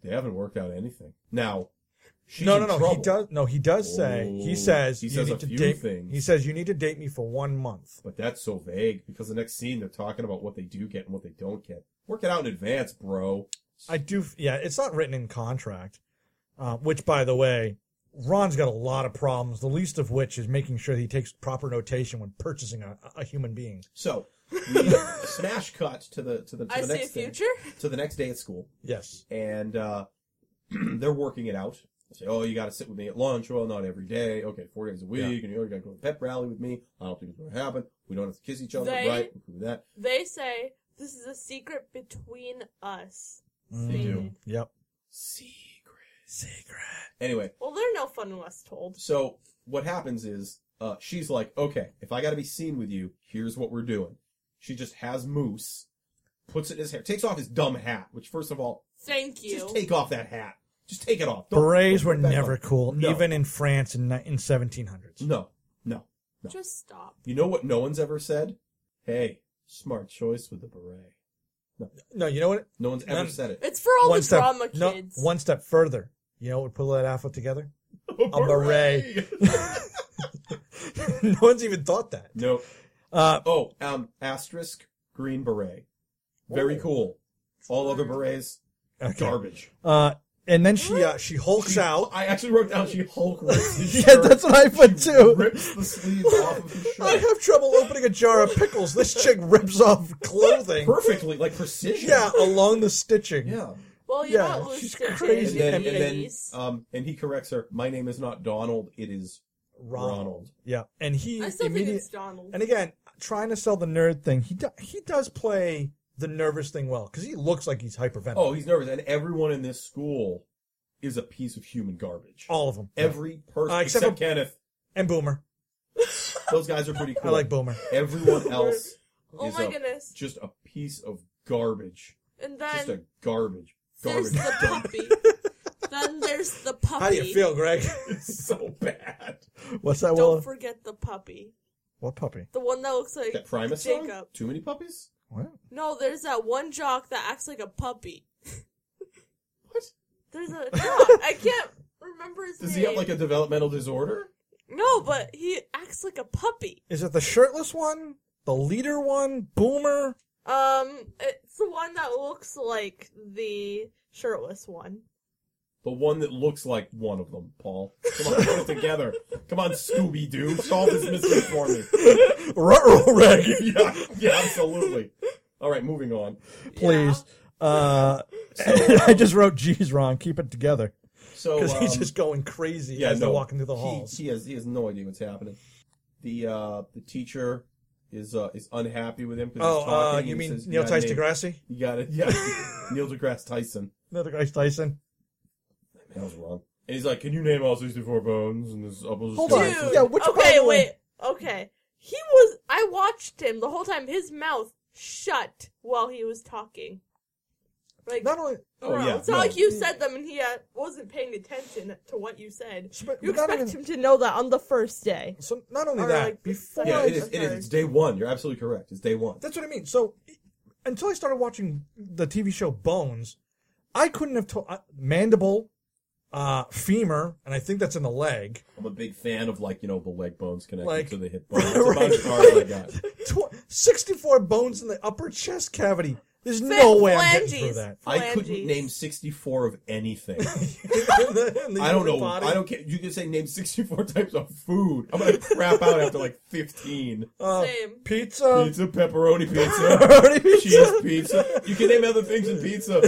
They haven't worked out anything. Now, she's
no,
in
no, no.
trouble.
He does. No, he does say.
Oh,
He says.
he
you
says
need
a
to
few
date,
things.
He says you need to date me for one month.
But that's so vague because the next scene they're talking about what they do get and what they don't get. Work it out in advance, bro.
I do. f- Yeah, it's not written in contract. Uh, which, by the way, Ron's got a lot of problems. The least of which is making sure he takes proper notation when purchasing a, a human being.
So we smash cut to the to the, to
I
the
see a
next day-
future.
to the next day at school,
Yes.
and uh, they're working it out. They say, oh, you got to sit with me at lunch. Well, not every day. Okay, four days a week, and you got to go to the pep rally with me. I don't think it's going to happen. We don't have to kiss each other,
They-
right? We can do that.
They say this is a secret between us.
They Mm, do.
Mm-hmm. Yep.
Secret.
Secret.
Anyway,
Well, they're no fun unless told.
So what happens is uh, she's like, okay, if I got to be seen with you, here's what we're doing. She just has Moose puts it in his hair, takes off his dumb hat, which first of all,
Thank you.
just take off that hat. Just take it off. Don't-
Berets
don't
were
put it back
never
on.
cool,
No.
even in France in, ni- in 1700s.
No, no.
Just stop.
You know what no one's ever said? Hey, smart choice with the beret.
No, you know what?
No one's ever
None-
said it.
It's for all
one
the
step,
drama
no,
kids.
one step further. You know what would pull that outfit together? A beret. no one's even thought that.
no.
Uh,
Oh, um, asterisk green beret. Very cool. All other berets,
okay.
garbage.
Uh, and then she uh, she hulks out.
I actually wrote down she Hulk rips his
Yeah,
shirt.
that's what I put
She
too.
Rips the sleeves off of his
I
shirt
have trouble opening a jar of pickles. This chick rips off clothing.
perfectly, like precision.
Yeah, along the stitching.
yeah.
well, you're
yeah,
not
she's
lucid,
crazy.
And then, and
baby.
then, um, and he corrects her. My name is not Donald. It is
Ronald.
Ronald.
Yeah, and he
I still think
immediately
it's Donald.
and again trying to sell the nerd thing. He do, he does play the nervous thing well because he looks like he's hyperventilating.
Oh, he's nervous, and everyone in this school is a piece of human garbage.
all of them.
Oh, Every person
Oh, Uh, except
except,
for-
Kenneth.
and Boomer.
Those guys are pretty cool.
I like Boomer.
Everyone else
oh
is
my
a-
goodness.
just a piece of garbage.
And
Just a
then
garbage.
there's
Garbage.
the puppy. then there's the puppy.
How do you feel, Greg?
It's so bad.
What's that?
Don't
Willa?
forget the puppy.
what puppy?
The one that looks like
That Primus song?
Jacob.
Too many puppies?
What?
No, there's that one jock that acts like a puppy.
What?
There's a jock. I can't remember his
Does
name.
he have like a developmental disorder?
No, but he acts like a puppy.
Is it the shirtless one? The leader one? Boomer?
Um, it's the one that looks like the shirtless one.
The one that looks like one of them, Paul. Come on, put it together. Come on, Scooby Doo. Solve this mystery for me.
Ruh-roh, Reg,
Yeah, yeah, absolutely. All right, moving on.
please. Uh, I just wrote G's wrong. Keep it together
So
because he's
um,
just going crazy
yeah,
as
no,
they're walking through the
he-
halls.
He, has he has no idea what's happening. The uh the teacher is uh is unhappy with him because
oh,
he's talking.
uh,
and he
you mean
says,
Neil
"You
Tyson
gotta name-
DeGrassi?
You got it. Yeah, Neil deGrasse Tyson.
Another Grace Tyson.
That was wrong. And he's like, "Can you name all sixty-four bones?" And this upper
Hold
story-
on. Yeah, which
okay,
one-
wait. Okay. He was. I watched him the whole time. His mouth shut while he was talking. Like,
Not only
Oh
bro,
yeah.
it's not
no.
like you said them and he uh, wasn't paying attention to what you said.
but
You
not
expect
only-
him to know that on the first day.
so not only
Or,
that
like,
before
Yeah,
Well,
it is. It is. It's day one. You're absolutely correct. It's day one.
Oh, That's what I mean. So until I started watching the TV show Bones, I couldn't have told uh, mandible, uh, femur, and I think that's in the leg.
I'm a big fan of like you know the leg bones connected
Like-
to the hip bone. That's
Right.
about as far as I got.
Tw- Sixty-four bones in the upper chest cavity. There's no way I'm getting through
Phalanges.
that.
I couldn't
Phalanges.
name 64 of anything.
In the- in the
I don't
human
know.
body.
I don't care. You can say name 64 types of food. I'm gonna crap out after like 15.
Uh,
Same.
pizza.
Pizza, pepperoni pizza, cheese pizza. You can name other things in pizza.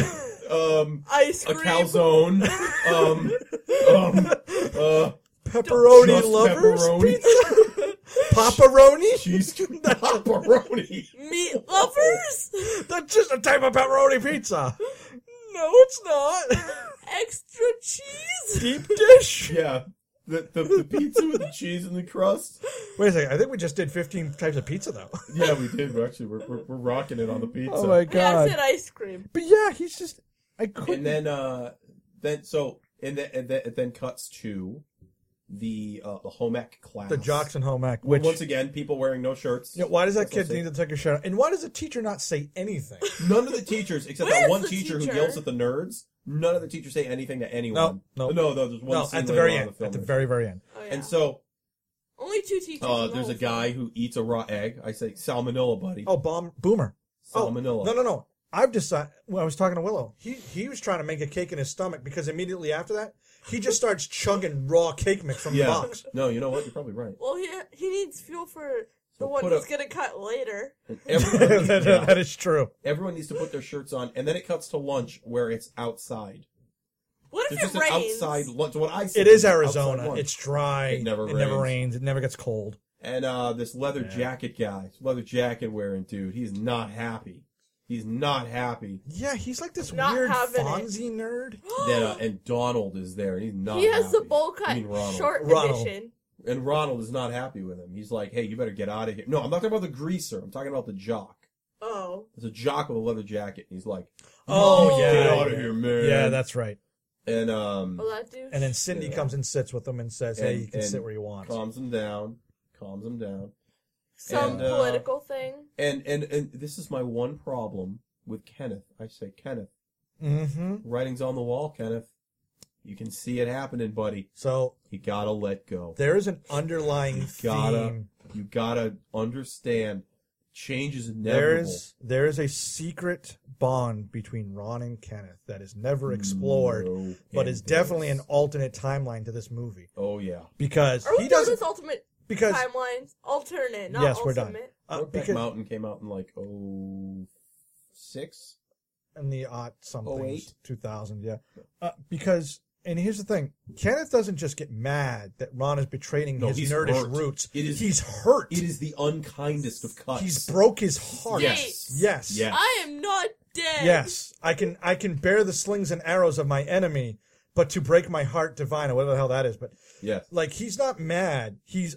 Um,
Ice
a
cream.
calzone. Um, um, uh,
pepperoni
Just
lovers
pepperoni.
pizza. Pepperoni.
cheese, pepperoni.
Meat lovers.
That's just a type of pepperoni pizza. No, it's not.
Extra cheese.
Deep dish.
Yeah. The, the, the pizza with the cheese and the crust.
Wait a second. I think we just did 15 types of pizza, though.
Yeah, we did. We're actually, we're, we're, we're rocking it on the pizza.
Oh
Yeah, I said ice cream.
But yeah, he's just. I couldn't.
Oh and then uh then so and then and then, it then cuts to the uh the home ec class
the jocks and home ec, which.
once again people wearing no shirts
you know, why does that
That's what I'm
kid need to take a shower? And why does the teacher not say anything?
none of the teachers except
Where's
that one
the
teacher, who
teacher?
yells at the nerds none of the teachers say anything to anyone
no.
no no there's one
no,
scene
at the
later
very
on in
end.
the film
at the
where-
very, very end.
Oh, yeah.
and so
Only two teachers.
uh
in the
there's a
whole
guy
thing.
who eats a raw egg i say salmonella buddy
Oh, bomb, boomer. Oh,
salmonella
No, no, no. I've decided. When I was talking to Willow, he he was trying to make a cake in his stomach because immediately after that, he just starts chugging raw cake mix from
yeah
the box.
no you know what you're probably right
Well, he he needs fuel for the
So
one
put
he's
a-
gonna cut later.
And everyone,
that,
yeah.
that is true.
everyone needs to put their shirts on and then it cuts to lunch where it's outside
What if
There's just
it
an
rains?
outside lunch. What I see
It is
outside
Arizona.
lunch.
It's dry.
It never
it never
rains.
rains. It never gets cold.
and uh, this leather jacket guy, this leather jacket wearing dude. He's not happy. He's not happy.
Yeah, he's like this
Not
weird
having it.
Fonzie nerd.
Then uh, and Donald is there, and he's not.
he has the
happy.
bowl
I
cut
mean, Ronald.
short
Ronald.
edition.
And Ronald is not happy with him. He's like, "Hey, you better get out of here." No, I'm not talking about the greaser. I'm talking about the jock.
Oh.
There's a jock with a leather jacket, and he's like,
Oh, yeah.
"Get out of here, man!"
Yeah, that's right.
and um,
Well, that dude.
And then Cindy
Yeah.
comes and sits with them and says, "Hey,
And-
you can
and
sit where you want."
calms him down, calms him down,
Some
and, uh,
political thing.
and and and this is my one problem with Kenneth. I say, Kenneth,
hmm
writing's on the wall, Kenneth. You can see it happening, buddy.
So
You gotta let go.
there is an underlying
gotta-
theme.
You gotta understand. Change is inevitable.
There is there is a secret bond between Ron and Kenneth that is never explored,
No
but is
candidates.
definitely an alternate timeline to this movie
Oh yeah.
because
Are we
he
doing
doesn't
this ultimate
because
timelines? Alternate, not
yes, we're
ultimate.
done. Uh,
Brokeback
because
Mountain came out in like oh six.
in the odd something
08?
two thousand, yeah, uh, because. And here's the thing: Kenneth doesn't just get mad that Ron is betraying
No,
his
he's
nerdish
hurt.
roots.
It is-
he's hurt.
It is the unkindest of cuts.
He's broke his heart.
Yes.
Yes.
Yes.
I am not dead.
Yes, I can I can bear the slings and arrows of my enemy, but to break my heart divine or whatever the hell that is. But
Yes.
like he's not mad, he's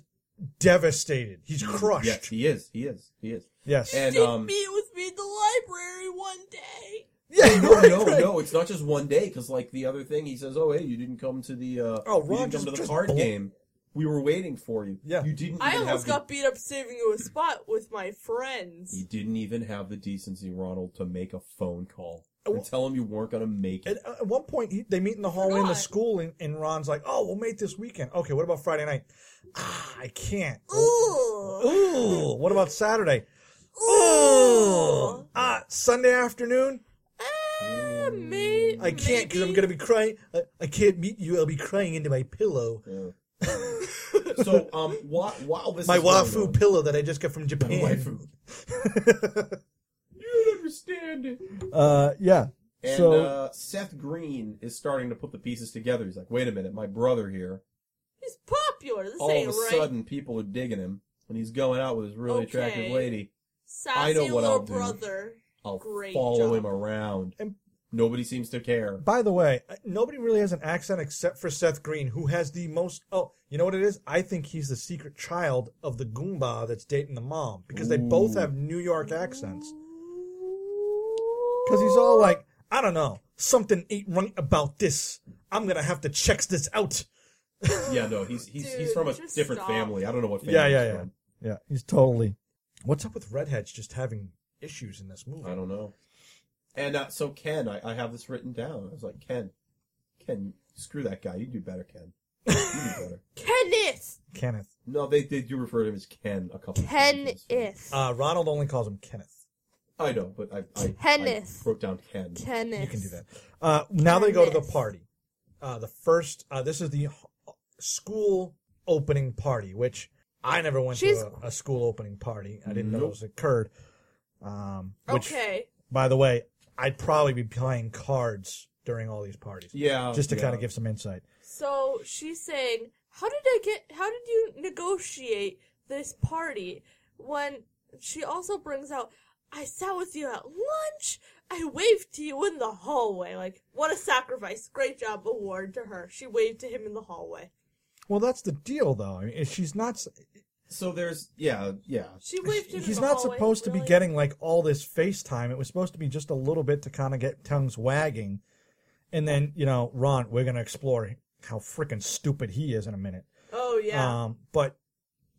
devastated. He's crushed.
Mm, Yes, he is. He is. He is.
Yes.
And
Did
um,
meet with me at the library one day.
yeah,
no,
right,
no,
right.
no. It's not just one day. Because like the other thing, he says, "Oh, hey, you didn't come to the uh,
Oh,
you
Ron
didn't
just-
come to the
just
card
blo-
game. We were waiting for you.
Yeah.
you didn't. Even
I
have
almost got beat up saving you a spot with my friends.
The, you didn't even have the decency, Ronald, to make a phone call
Well-
and tell him you weren't gonna make
At,
it.
at one point, he, they meet in the hallway in the
Forgot.
school, and, and Ron's like, "Oh, we'll meet this weekend. Okay, what about Friday night? Ah, I can't.
Ooh.
Ooh, what about Saturday?
Ooh.
Ah, Sunday afternoon.
Ah, may-
I can't because I'm gonna be crying. I, I can't meet you. I'll be crying into my pillow.
Yeah. so um, while, while this
my
is going
wafu
on-
pillow that I just got from Japan.
waifu. you don't understand it.
uh, yeah.
And
So-
uh, Seth Green is starting to put the pieces together. He's like, wait a minute, my brother here.
He's popular. This
All of
ain't
a
right.
sudden, people are digging him, and he's going out with this really attractive
Okay.
lady.
Sassy
I know what
little
I'll do.
brother.
I'll
Great
follow
job.
him around.
And-
Nobody seems to care.
By the way, nobody really has an accent except for Seth Green, who has the most. Oh, you know what it is? I think he's the secret child of the Goomba that's dating the mom because they both
Ooh.
have New York accents. Because he's all like, I don't know, something ain't right about this. I'm gonna have to check this out.
Yeah, no, he's he's he's
Dude,
from a
just
different
stop.
family. I don't know what family.
Yeah, yeah,
he's
yeah.
from.
Yeah, he's totally. What's up with redheads just having issues in this movie?
I don't know. And uh, so Ken, I, I have this written down. I was like, Ken, Ken, screw that guy. You do better, Ken. You do better.
Kenneth.
Kenneth.
No, they they do refer to him as Ken a couple. of times in this film.
Kenneth.
Uh, Ronald only calls him Kenneth.
I know, but I I, I
Kenneth.
wrote down Ken.
Kenneth.
You can do that. Uh, now they go to the
Yes.
party. Uh, the first, uh, this is the h- school opening party, which I never went
She's-
to a, a school opening party. I didn't know
Nope.
this occurred. Um, which,
Okay.
by the way, I'd probably be playing cards during all these parties
Yeah, Oh,
just to
yeah.
kind of give some insight.
So she's saying, "How did I get? How did you negotiate this party?" When she also brings out, "I sat with you at lunch. I waved to you in the hallway. Like what a sacrifice! Great job, award to her. She waved to him in the hallway.
Well, that's the deal, though. I mean, if she's not. s-
So there's yeah yeah
She waved to him.
He's
in the
not
hallway,
supposed to be
really.
getting like all this FaceTime. It was supposed to be just a little bit to kind of get tongues wagging. And then, you know, Ron, we're going to explore how freaking stupid he is in a minute.
Oh yeah.
Um, but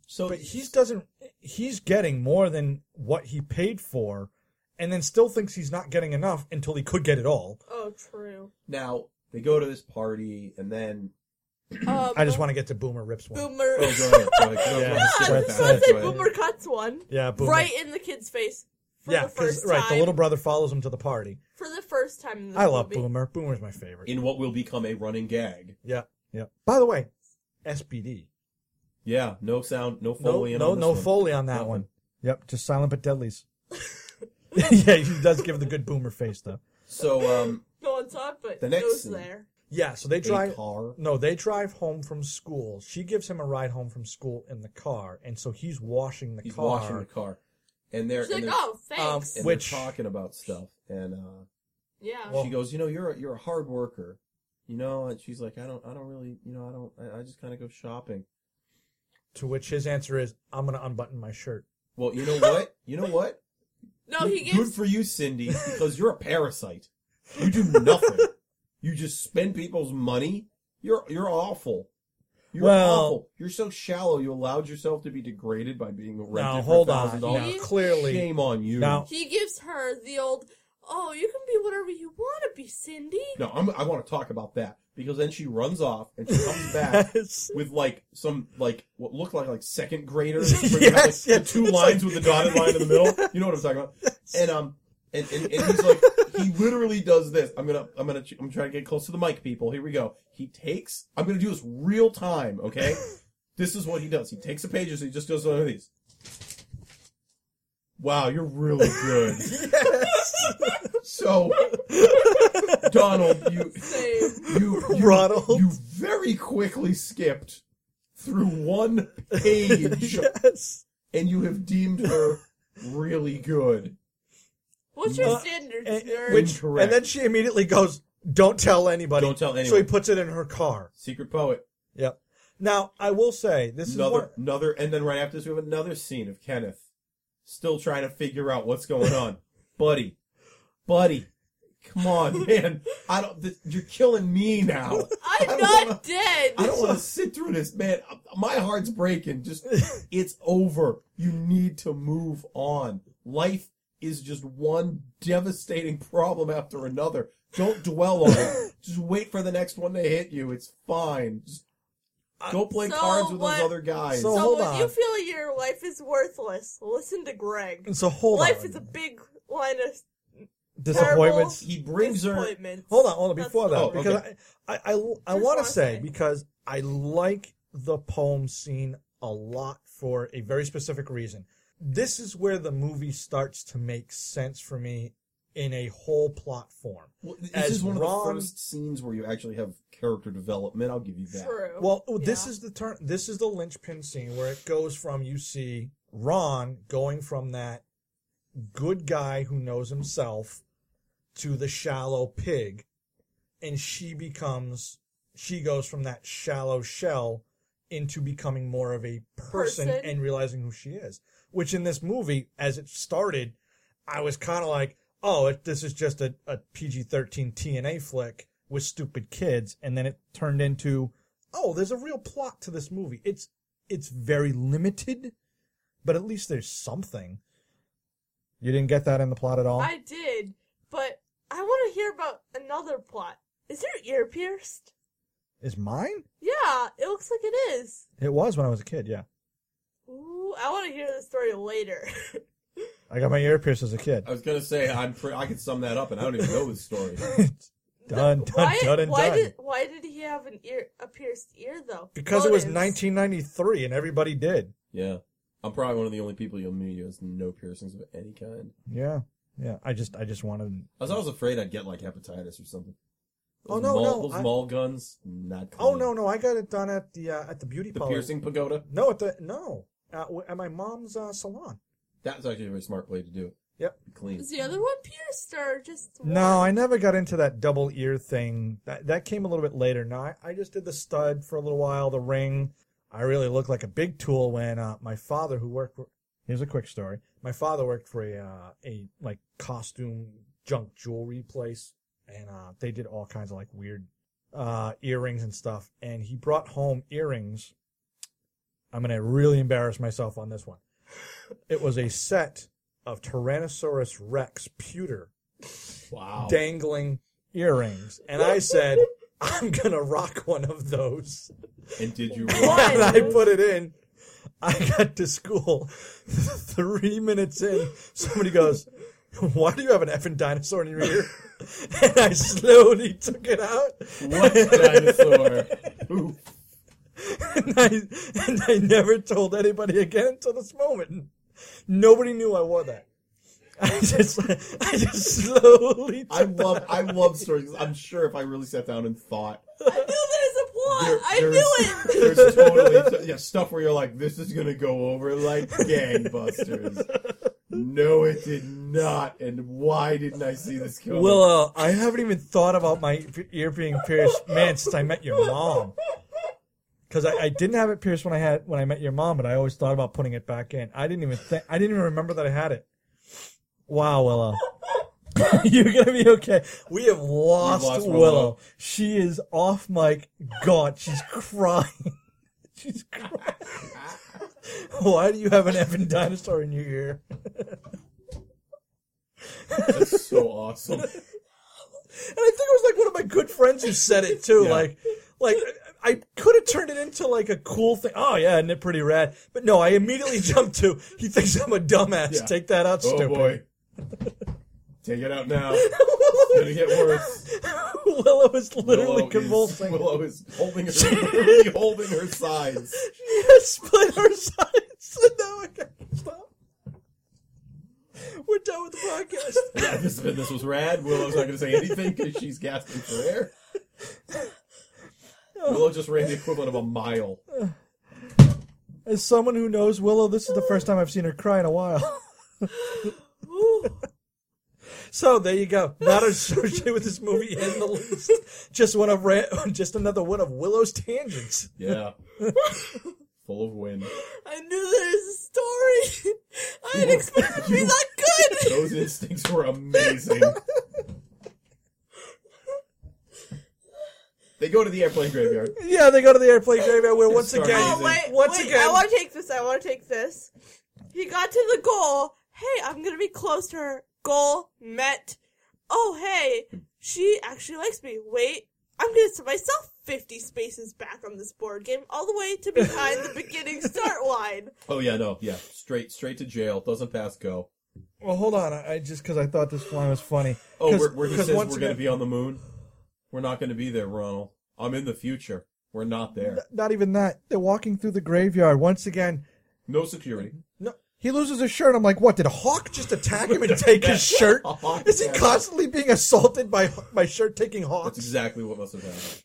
so
but he doesn't he's getting more than what he paid for and then still thinks he's not getting enough until he could get it all.
oh true.
now they go to this party and then
Um,
I just want to get to Boomer Rips one.
boomer.
oh, go ahead, go ahead, go ahead,
Yeah.
skip
I was
that,
just gonna say
go ahead.
boomer cuts one
Yeah, Boomer.
right in the kid's face for
yeah,
the first time.
right, the little brother follows him to the party.
for the first time. In this
I love
movie.
Boomer. Boomer's my favorite.
in what will become a running gag.
yeah, yeah. By the way, SBD.
Yeah, no sound, no
No,
foley. in
no,
on this
no
one.
Foley on that
Nothing.
one. Yep, just silent but deadlies. yeah, he does give the good boomer face though.
So um,
No on top, but
The
the
next
next
scene.
there.
Yeah, so they
a
drive.
car.
No, they drive home from school. She gives him a ride home from school in the car, and so he's washing the
He's
car.
washing the car, and they're um,
She's
and
like,
they're,
oh, thanks.
and
Which- Oh.
they're talking about stuff, and uh,
yeah.
Well-
she goes, you know, you're a, you're a hard worker, you know, and she's like, I don't, I don't really, you know, I don't, I, I just kind of go shopping.
To which his answer is, "I'm gonna unbutton my shirt."
Well, you know what? You know what?
No, he
Good
gives.
for you, Cindy, because you're a parasite. You do nothing. you just spend people's money. You're you're awful. You're
Well-
awful. You're so shallow. You allowed yourself to be degraded by being rented
Now
for
hold on.
$1,000.
Now
You-
clearly,
Shame on you.
Now-
He gives her the old, "Oh, you can be whatever you want to be, Cindy."
No, I'm, I want to talk about that because then she runs off and she comes back
Yes.
with like some like what looked like like second graders.
Yes,
like,
yes.
the two
It's
lines
like-
with the dotted line in the middle. You know what I'm talking about? And um, and, and, and he's like, he literally does this. I'm gonna, I'm gonna, I'm trying to get close to the mic, people. Here we go. He takes. I'm gonna do this real time. Okay, this is what he does. He takes the pages. He just does one of these. Wow, you're really good. so, Donald, you
Same.
you, you,
Ronald.
you very quickly skipped through one page
yes.
and you have deemed her really good.
What's your
Uh,
standards,
And,
nerd?
which, and
Incorrect.
then she immediately goes, "Don't tell anybody."
Don't tell
So he
anyone.
puts it in her car.
Secret poet.
Yep. Now I will say this
Another
is one,
another and then right after this we have another scene of Kenneth still trying to figure out what's going on. buddy. Buddy. Come on, man. I don't th- you're killing me now.
I'm
don't
not
wanna-
dead.
I don't want to sit through this, man. My heart's breaking. Just, it's over. You need to move on. Life is just one devastating problem after another. Don't dwell on it. Just wait for the next one to hit you. It's fine. Just go play
So
cards with
what-
those other guys.
So-
so
hold
when
on.
you feel your life is worthless, listen to Greg.
so hold
life
on.
is a big line of
disappointments.
he brings her.
disappointments.
Hold on, hold on.
That's
Before
the
that,
Oh,
because
okay.
I, I, I, I
Just
want
wanna
to say
say.
because I like the poem scene a lot for a very specific reason. This is where the movie starts to make sense for me in a whole plot form.
Well,
as
This is one of
Ron-
the first scenes where you actually have character development. I'll give you that.
True.
Well, oh, this
Oh, Yeah.
is the turn. This is the linchpin scene where it goes from you see Ron going from that good guy who knows himself to the shallow pig, and she becomes she goes from that shallow shell into becoming more of a person,
Person.
and realizing who she is. Which in this movie, as it started, I was kind of like, oh, it, this is just a, a PG 13 TNA flick with stupid kids. And then it turned into, oh, there's a real plot to this movie. It's, it's very limited, but at least there's something. You didn't get that in the plot at all?
I did, but I want to hear about another plot. Is your ear pierced?
is mine?
Yeah, it looks like it is.
It was when I was a kid, yeah.
Ooh, I want to hear the story later.
I got my ear pierced as a kid.
I was gonna say I'm. Pre- I could sum that up, and I don't even know his story.
done, done,
why,
done, and
why
done.
did why did he have an ear a pierced ear though?
because it was
Motives.
1993 and everybody did.
Yeah, I'm probably one of the only people you'll meet who has no piercings of any kind.
Yeah. Yeah. I just, I just wanted.
I was always afraid I'd get like hepatitis or something. Those
Oh, no,
maul,
no,
Those
I-
maul guns, not. Clean.
Oh, no, no. I got it done at the, uh, at the beauty
The
parlor.
piercing pagoda.
No, at the no at, w- at my mom's uh, salon.
That's actually a very smart way to do it.
Yep.
Be clean.
Is the other one pierced or just
No,
one?
I never got into that double ear thing. That that came a little bit later. No, I, I just did the stud for a little while, the ring. I really looked like a big tool when uh, my father, who worked for, here's a quick story. My father worked for a uh, a like costume junk jewelry place, and uh, they did all kinds of like weird uh, earrings and stuff. And he brought home earrings. I'm gonna really embarrass myself on this one. It was a set of Tyrannosaurus Rex pewter
Wow.
dangling earrings. And I said, I'm going to rock one of those.
And did you?
Why?
And I put it in. I got to school three minutes in. Somebody goes, Why do you have an effing dinosaur in your ear? And I slowly took it out.
what dinosaur? Ooh.
And I, and I never told anybody again until this moment. Nobody knew I wore that. I just, I just slowly.
I love. I love stories. I'm sure if I really sat down and thought,
I knew there's a plot.
There-
I knew it.
there's totally yeah stuff where you're like, this is gonna go over like gangbusters. No, it did not. And why didn't I see this coming?
Willow,
uh,
uh, I haven't even thought about my p- ear being pierced, man, since I met your mom. Because I, I didn't have it pierced when I had when I met your mom, but I always thought about putting it back in. I didn't even think I didn't even remember that I had it. Wow, Willow. You're gonna be okay. We have lost,
We've lost
Willow.
Willow.
She is off mic. God, she's crying. she's crying. Why do you have an effing dinosaur in your ear?
That's so awesome.
And I think it was like one of my good friends who said it too.
Yeah.
Like, like I could have turned it into like a cool thing. Oh yeah, isn't it pretty rad? But no, I immediately jumped to he thinks I'm a dumbass.
Yeah.
Take that out,
Oh
stupid.
boy. Take it out now. It's gonna get worse.
Willow is literally
Willow is-
convulsing.
Willow is holding her, literally holding her sides.
Yeah, split our sides. And now I can't stop. We're done with the podcast.
Yeah, this, this was rad. Willow's not gonna say anything because she's gasping for air. Willow just ran the equivalent of a mile.
As someone who knows Willow, this is the first time I've seen her cry in a while. so there you go. Not associated with this movie in the least. Just one of ra- just another one of Willow's tangents.
Yeah. Full of wind.
I knew there was a story. I didn't expect it to be that good.
Those instincts were amazing. they go to the airplane graveyard.
Yeah, they go to the airplane graveyard where once
starts
again,
Oh, wait,
once
wait,
again,
I want to take this. I want to take this. He got to the goal. Hey, I'm gonna be close to her. Goal met. Oh, hey, she actually likes me. Wait, I'm gonna set myself 50 spaces back on this board game, all the way to behind the beginning start line.
Oh yeah, no, yeah. Straight straight to jail. Doesn't pass go.
well, hold on. I I just because I thought this line was funny.
Oh,
'Cause-
where, where he
'cause
says we're
once
going to
again-
be on the moon. We're not going to be there, Ronald. I'm in the future. We're not there.
Not even that. They're walking through the graveyard once again.
No security.
No, he loses his shirt. I'm like, what? Did a hawk just attack him and take his shirt?
A hawk
Is he
attacked him.
constantly being assaulted by by shirt taking
That's
hawks?
exactly what must have happened.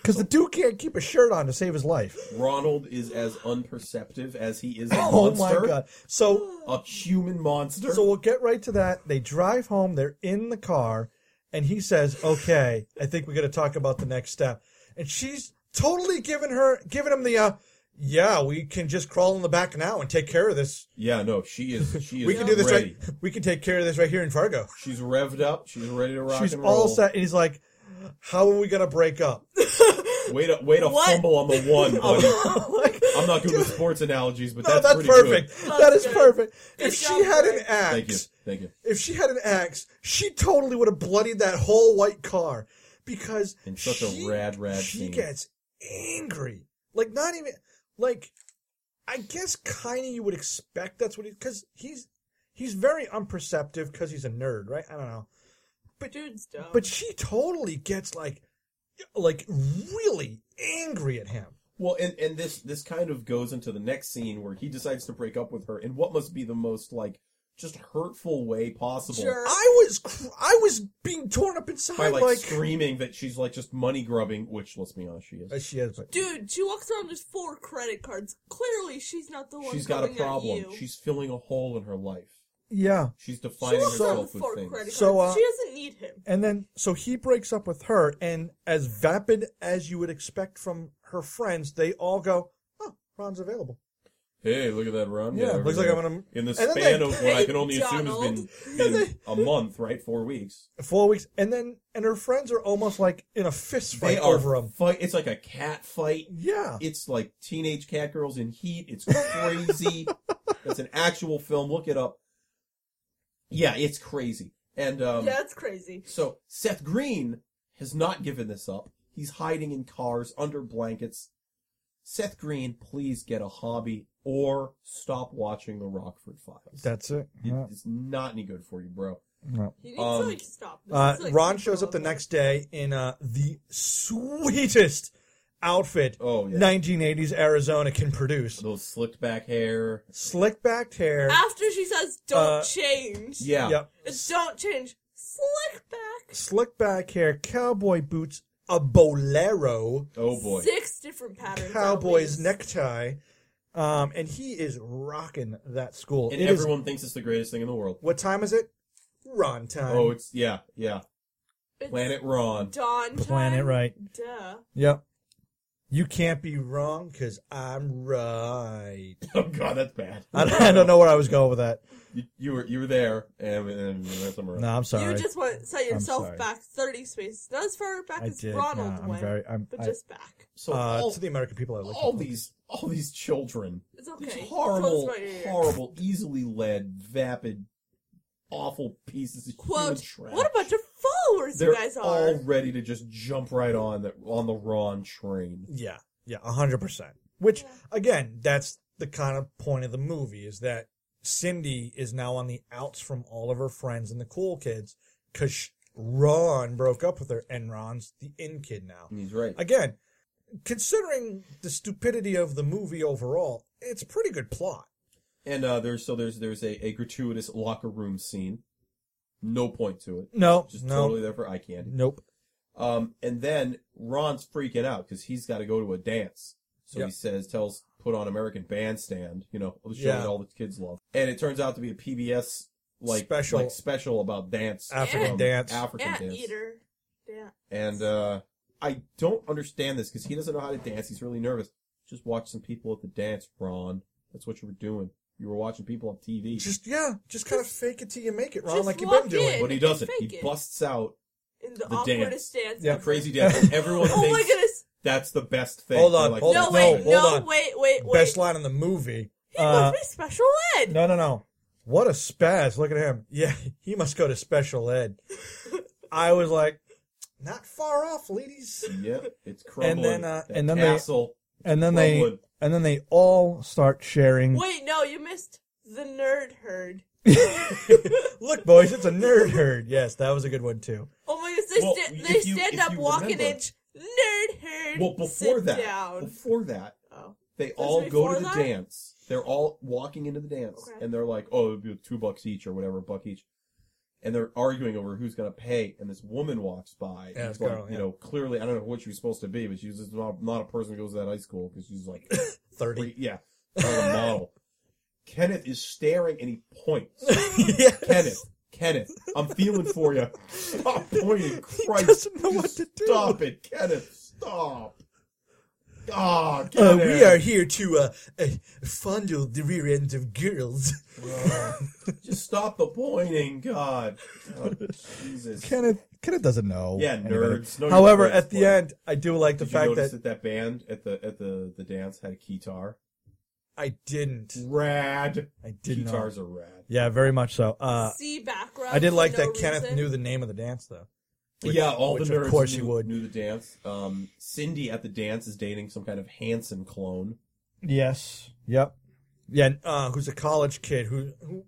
Because the dude can't keep a shirt on to save his life.
Ronald is as unperceptive as he is a
Oh
monster.
my god! So
A human monster.
so we'll get right to that. They drive home. They're in the car, and he says, "Okay, I think we're gonna talk about the next step." And she's totally giving her giving him the. Uh, yeah, we can just crawl in the back now and take care of this.
yeah, no, she is. She is.
We can do this
ready.
right. We can take care of this right here in Fargo.
She's revved up. She's ready to rock
She's
and roll.
all set, and he's like, "How are we gonna break up?"
Wait a wait a
What?
fumble on the one. Buddy.
Like,
I'm not good with sports analogies, but
no,
that's,
that's,
pretty
perfect.
Good.
That is
good.
perfect.
Good
if she
job,
had an
Greg.
Thank you.
axe,
Thank you.
if she had an axe, she totally would have bloodied that whole white car because
In such a
she,
rad, rad
She
scene.
gets angry. Like not even like. I guess kind of you would expect that's what he because he's he's very unperceptive because he's a nerd, right? I don't know.
Dude's dumb.
But she totally gets like, like really angry at him.
Well, and, and this this kind of goes into the next scene where he decides to break up with her in what must be the most like just hurtful way possible
Sure.
I was cr- I was being torn up inside
by like,
like,
screaming that she's like just money grubbing, which let's be honest, she is.
Uh, she is, but
Dude, she walks around with four credit cards. Clearly, she's not the one.
She's got a
going at
problem.
you.
She's filling a hole in her life.
yeah.
She's
She
defining
walks around with
herself with
four
things.
credit cards.
So, uh,
she doesn't need him.
And then so he breaks up with her, and as vapid as you would expect from her friends, they all go, "Oh, Ron's available."
Hey, look at that run.
Yeah, looks like I'm gonna-
in
and
the
then
span
they-
of what I can only assume has
Donald.
been, been a month, right? Four weeks.
Four weeks, and then and her friends are almost like in a fist
They
fight
are
over him.
fight. It's like a cat fight.
Yeah,
It's like teenage cat girls in heat. It's crazy. it's an actual film. Look it up. Yeah, it's crazy. And um,
yeah, that's crazy.
so Seth Green has not given this up. He's hiding in cars under blankets. Seth Green, please get a hobby or stop watching the Rockford Files.
that's it. Yeah.
It's not any good for you, bro.
You need
Um,
somebody to stop. This
Uh,
is, like,
Ron
super
shows up the
awkward.
next day in uh, the sweetest outfit
Oh, yeah.
1980s Arizona can produce.
Those slicked back hair.
Slick backed hair.
Ah.
After she says, "Don't
Uh,
change."
Yeah.
Yep.
It's don't change. Slick back.
slick back hair, cowboy boots, a bolero,
Oh boy.
Six different patterns.
cowboy's
at least.
necktie, um, and he is rocking that school.
And
It is-
everyone thinks it's the greatest thing in the world.
what time is it? Ron time.
Oh, it's yeah, yeah.
It's
Planet Ron.
Dawn.
Planet
time.
right.
Duh.
Yep. You can't be wrong because I'm right.
Oh god, that's bad.
I, I don't know where I was going with that.
You, you were you were there, and, and we went somewhere.
No, I'm sorry.
You just went set yourself
sorry.
back thirty spaces, not as far back
I
as
did.
Ronald
Yeah, I'm
went,
very- I'm-
but
I-
just back.
So
uh,
all,
to the American people, I like
all these all these children,
It's okay.
these
Close
horrible,
my ear.
horrible, easily led, vapid, awful pieces of human
Quote:
trash.
What a bunch of followers
They're
you guys are.
all ready to just jump right on that on the Ron train.
Yeah, yeah, a hundred percent. Which again, that's the kind of point of the movie is that Cindy is now on the outs from all of her friends and the cool kids because Ron broke up with her, and Ron's the in kid now.
And he's right.
Again, considering the stupidity of the movie overall, it's a pretty good plot.
And uh, there's so there's there's a, a gratuitous locker room scene. No point to it.
No,
Just
no,
totally there for eye candy.
nope.
Um, and then Ron's freaking out because he's got to go to a dance. So
Yeah.
he says, tells, put on American Bandstand, you know, the show
Yeah.
that all the kids love. And it turns out to be a PBS like
Special.
like special about dance,
African
um,
dance.
African
Ant
dance.
eater. Yeah.
And uh, I don't understand this because he doesn't know how to dance. He's really nervous. Just watch some people at the dance, Ron. That's what you were doing. You were watching people on TV.
Just yeah, just kind of fake it till you make it, Ron,
just
like you've
walk
been doing.
in.
but he doesn't.
Fake
He
it.
busts out
In the,
The
awkwardest dance.
Yeah.
a
ever.
crazy dance. Everyone
Oh my
thinks
goodness!
that's the best thing.
Hold
They're
on,
like,
hold
No,
on,
wait,
no,
no,
hold on.
wait, wait, wait.
Best line in the movie.
He
uh,
must be special ed.
No, no, no. What a spaz. Look at him. Yeah, he must go to special ed. I was like, not far off, ladies.
Yep, it's
And
crumbling.
then, uh,
That
and then they-
castle.
And then
Crumbling.
and then they all start
Mm.
sharing.
Wait, no, you missed the nerd herd.
Look, boys, it's a nerd herd. Yes, that was a good one too.
Oh my goodness! They,
Well,
sta-
if
they
you-
stand
if
up,
you
walk an
remember-
inch. Nerd herd.
Well, before
sit
that,
down.
before that,
Oh.
they
was
all go
before
to the
that?
dance. They're all walking into the dance,
Okay.
and they're like, "Oh, it'd be two bucks each or whatever, a buck each." And they're arguing over who's gonna pay. And this woman walks by.
Yeah,
and
it's
she's like,
Carol, yeah.
you know, clearly, I don't know what she was supposed to be, but she's just not, not a person who goes to that high school because she's like,
Thirty.
three- yeah, not a model. Kenneth is staring, and he points.
yeah.
Kenneth, Kenneth, I'm feeling for you. Stop pointing, Christ.
doesn't know what
Just
to do.
Stop it, Kenneth. Stop. Ah,
Uh,
Kenneth.
we are here to uh, uh, fondle the rear ends of girls.
Just stop the pointing, God. Oh, Jesus.
Kenneth, Kenneth doesn't know.
Yeah,
anybody.
nerds. No,
However,
you're right,
at the
spoiler.
end, I do like the
Did you
fact
notice
that
that that band at the at the the dance had a guitar?
I didn't.
Rad.
I did not.
Guitars are rad.
Yeah, very much so. Uh,
See background.
I did
for
like
no
that Kenneth
reason.
knew the name of the dance though. Which-
yeah, all
which
the nerds
of course
knew,
you would.
knew the dance. Um, Cindy at the dance is dating some kind of Hanson clone.
Yes. Yep. Yeah. and, Uh, who's a college kid who, who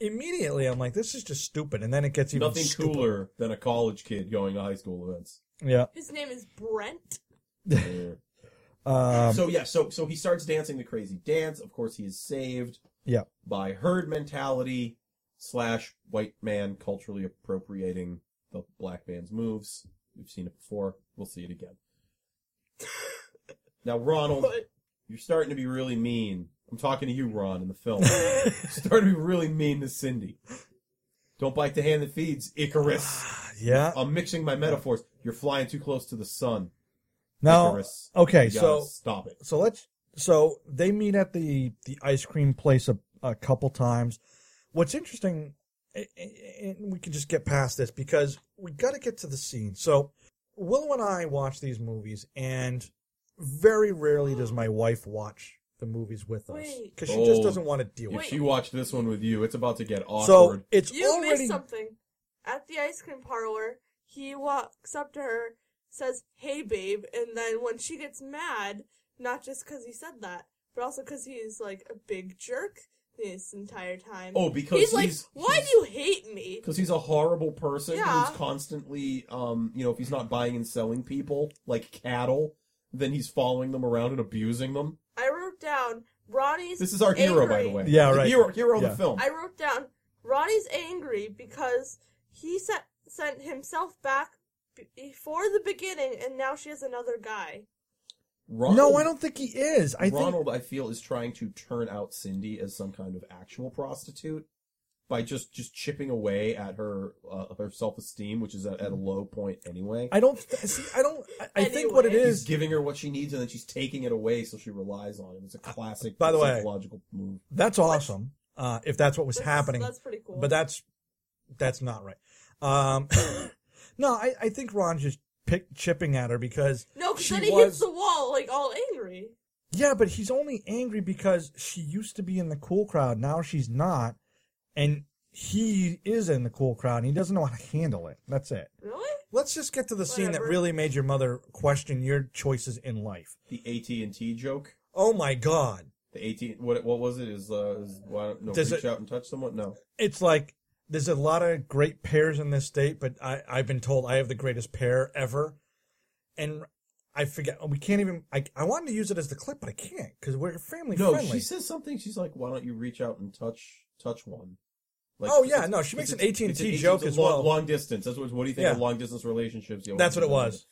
immediately I'm like, this is just stupid, and then it gets even
Nothing
stupider.
cooler than a college kid going to high school events.
Yeah.
His name is Brent.
Yeah.
Um,
so yeah, so so he starts dancing the crazy dance. Of course, he is saved
yeah.
by herd mentality slash white man culturally appropriating the black man's moves. We've seen it before. We'll see it again. Now, Ronald,
But
you're starting to be really mean. I'm talking to you, Ron, in the film. You're starting to be really mean to Cindy. Don't bite the hand that feeds, Icarus.
Yeah.
I'm mixing my metaphors. You're flying too close to the sun.
Now,
Icarus.
okay,
uh, You gotta
so
stop it.
so let's so they meet at the the ice cream place a, a couple times. What's interesting, a- a- and we can just get past this because we got to get to the scene. So Willow and I watch these movies, and very rarely does my wife watch the movies with us
Wait.
because she just
Oh.
doesn't want to deal
If
with
Wait.
it.
she watched this one with you, it's about to get awkward.
So it's
you
already
missed something. At the ice cream parlor, he walks up to her, says, "Hey, babe," and then when she gets mad, not just because he said that, but also because he's like a big jerk this entire time.
oh, because
he's
he's
like, "Why
he's-
do you hate me?"
Because he's a horrible person
Yeah.
who's constantly, um, you know, if he's not buying and selling people like cattle, then he's following them around and abusing them.
I wrote down Ronnie's.
This is our hero, by the
angry.
way.
Yeah,
The
right.
hero, hero of
Yeah.
the film.
I wrote down Ronnie's angry because he sent sent himself back b- before the beginning, and now she has another guy.
Ronald,
no. I don't think he is. I think
Ronald, I feel, is trying to turn out Cindy as some kind of actual prostitute by just just chipping away at her uh, her self esteem, which is at, at a low point anyway.
I don't th- see. I don't. I, I think what it
Anyway.
He's
is
giving her what she needs, and then she's taking it away, so she relies on him. It's a classic,
By the way-
psychological move.
that's awesome. Uh, if that's what was
That's-
happening,
That's pretty cool.
but that's that's not right. Um, no, I, I think Ron's just pick, chipping at her because
no, because
she
then he
was-
hits the wall like all angry.
yeah, but he's only angry because she used to be in the cool crowd. Now she's not, and he is in the cool crowd, and he doesn't know how to handle it. That's it.
Really?
Let's just get to the scene that
Whatever.
really made your mother question your choices in life.
The AT and T joke.
Oh my god.
The AT. What what was it? Is uh, is, well, I don't know.
Does
reach
it-
out and touch someone. No.
It's like there's a lot of great pairs in this state, but I, I've been told I have the greatest pair ever. And I forget we can't even I I wanted to use it as the clip, but I can't because we're family
No,
friendly.
she says something. She's like, "Why don't you reach out and touch touch one?" Like,
Oh, yeah,
it's-
no, she makes
it's-
an AT&T
it's an-
joke
it's a
as
long,
well.
Long distance. That's what. What do you think of
Yeah.
long distance relationships? You
That's what it was.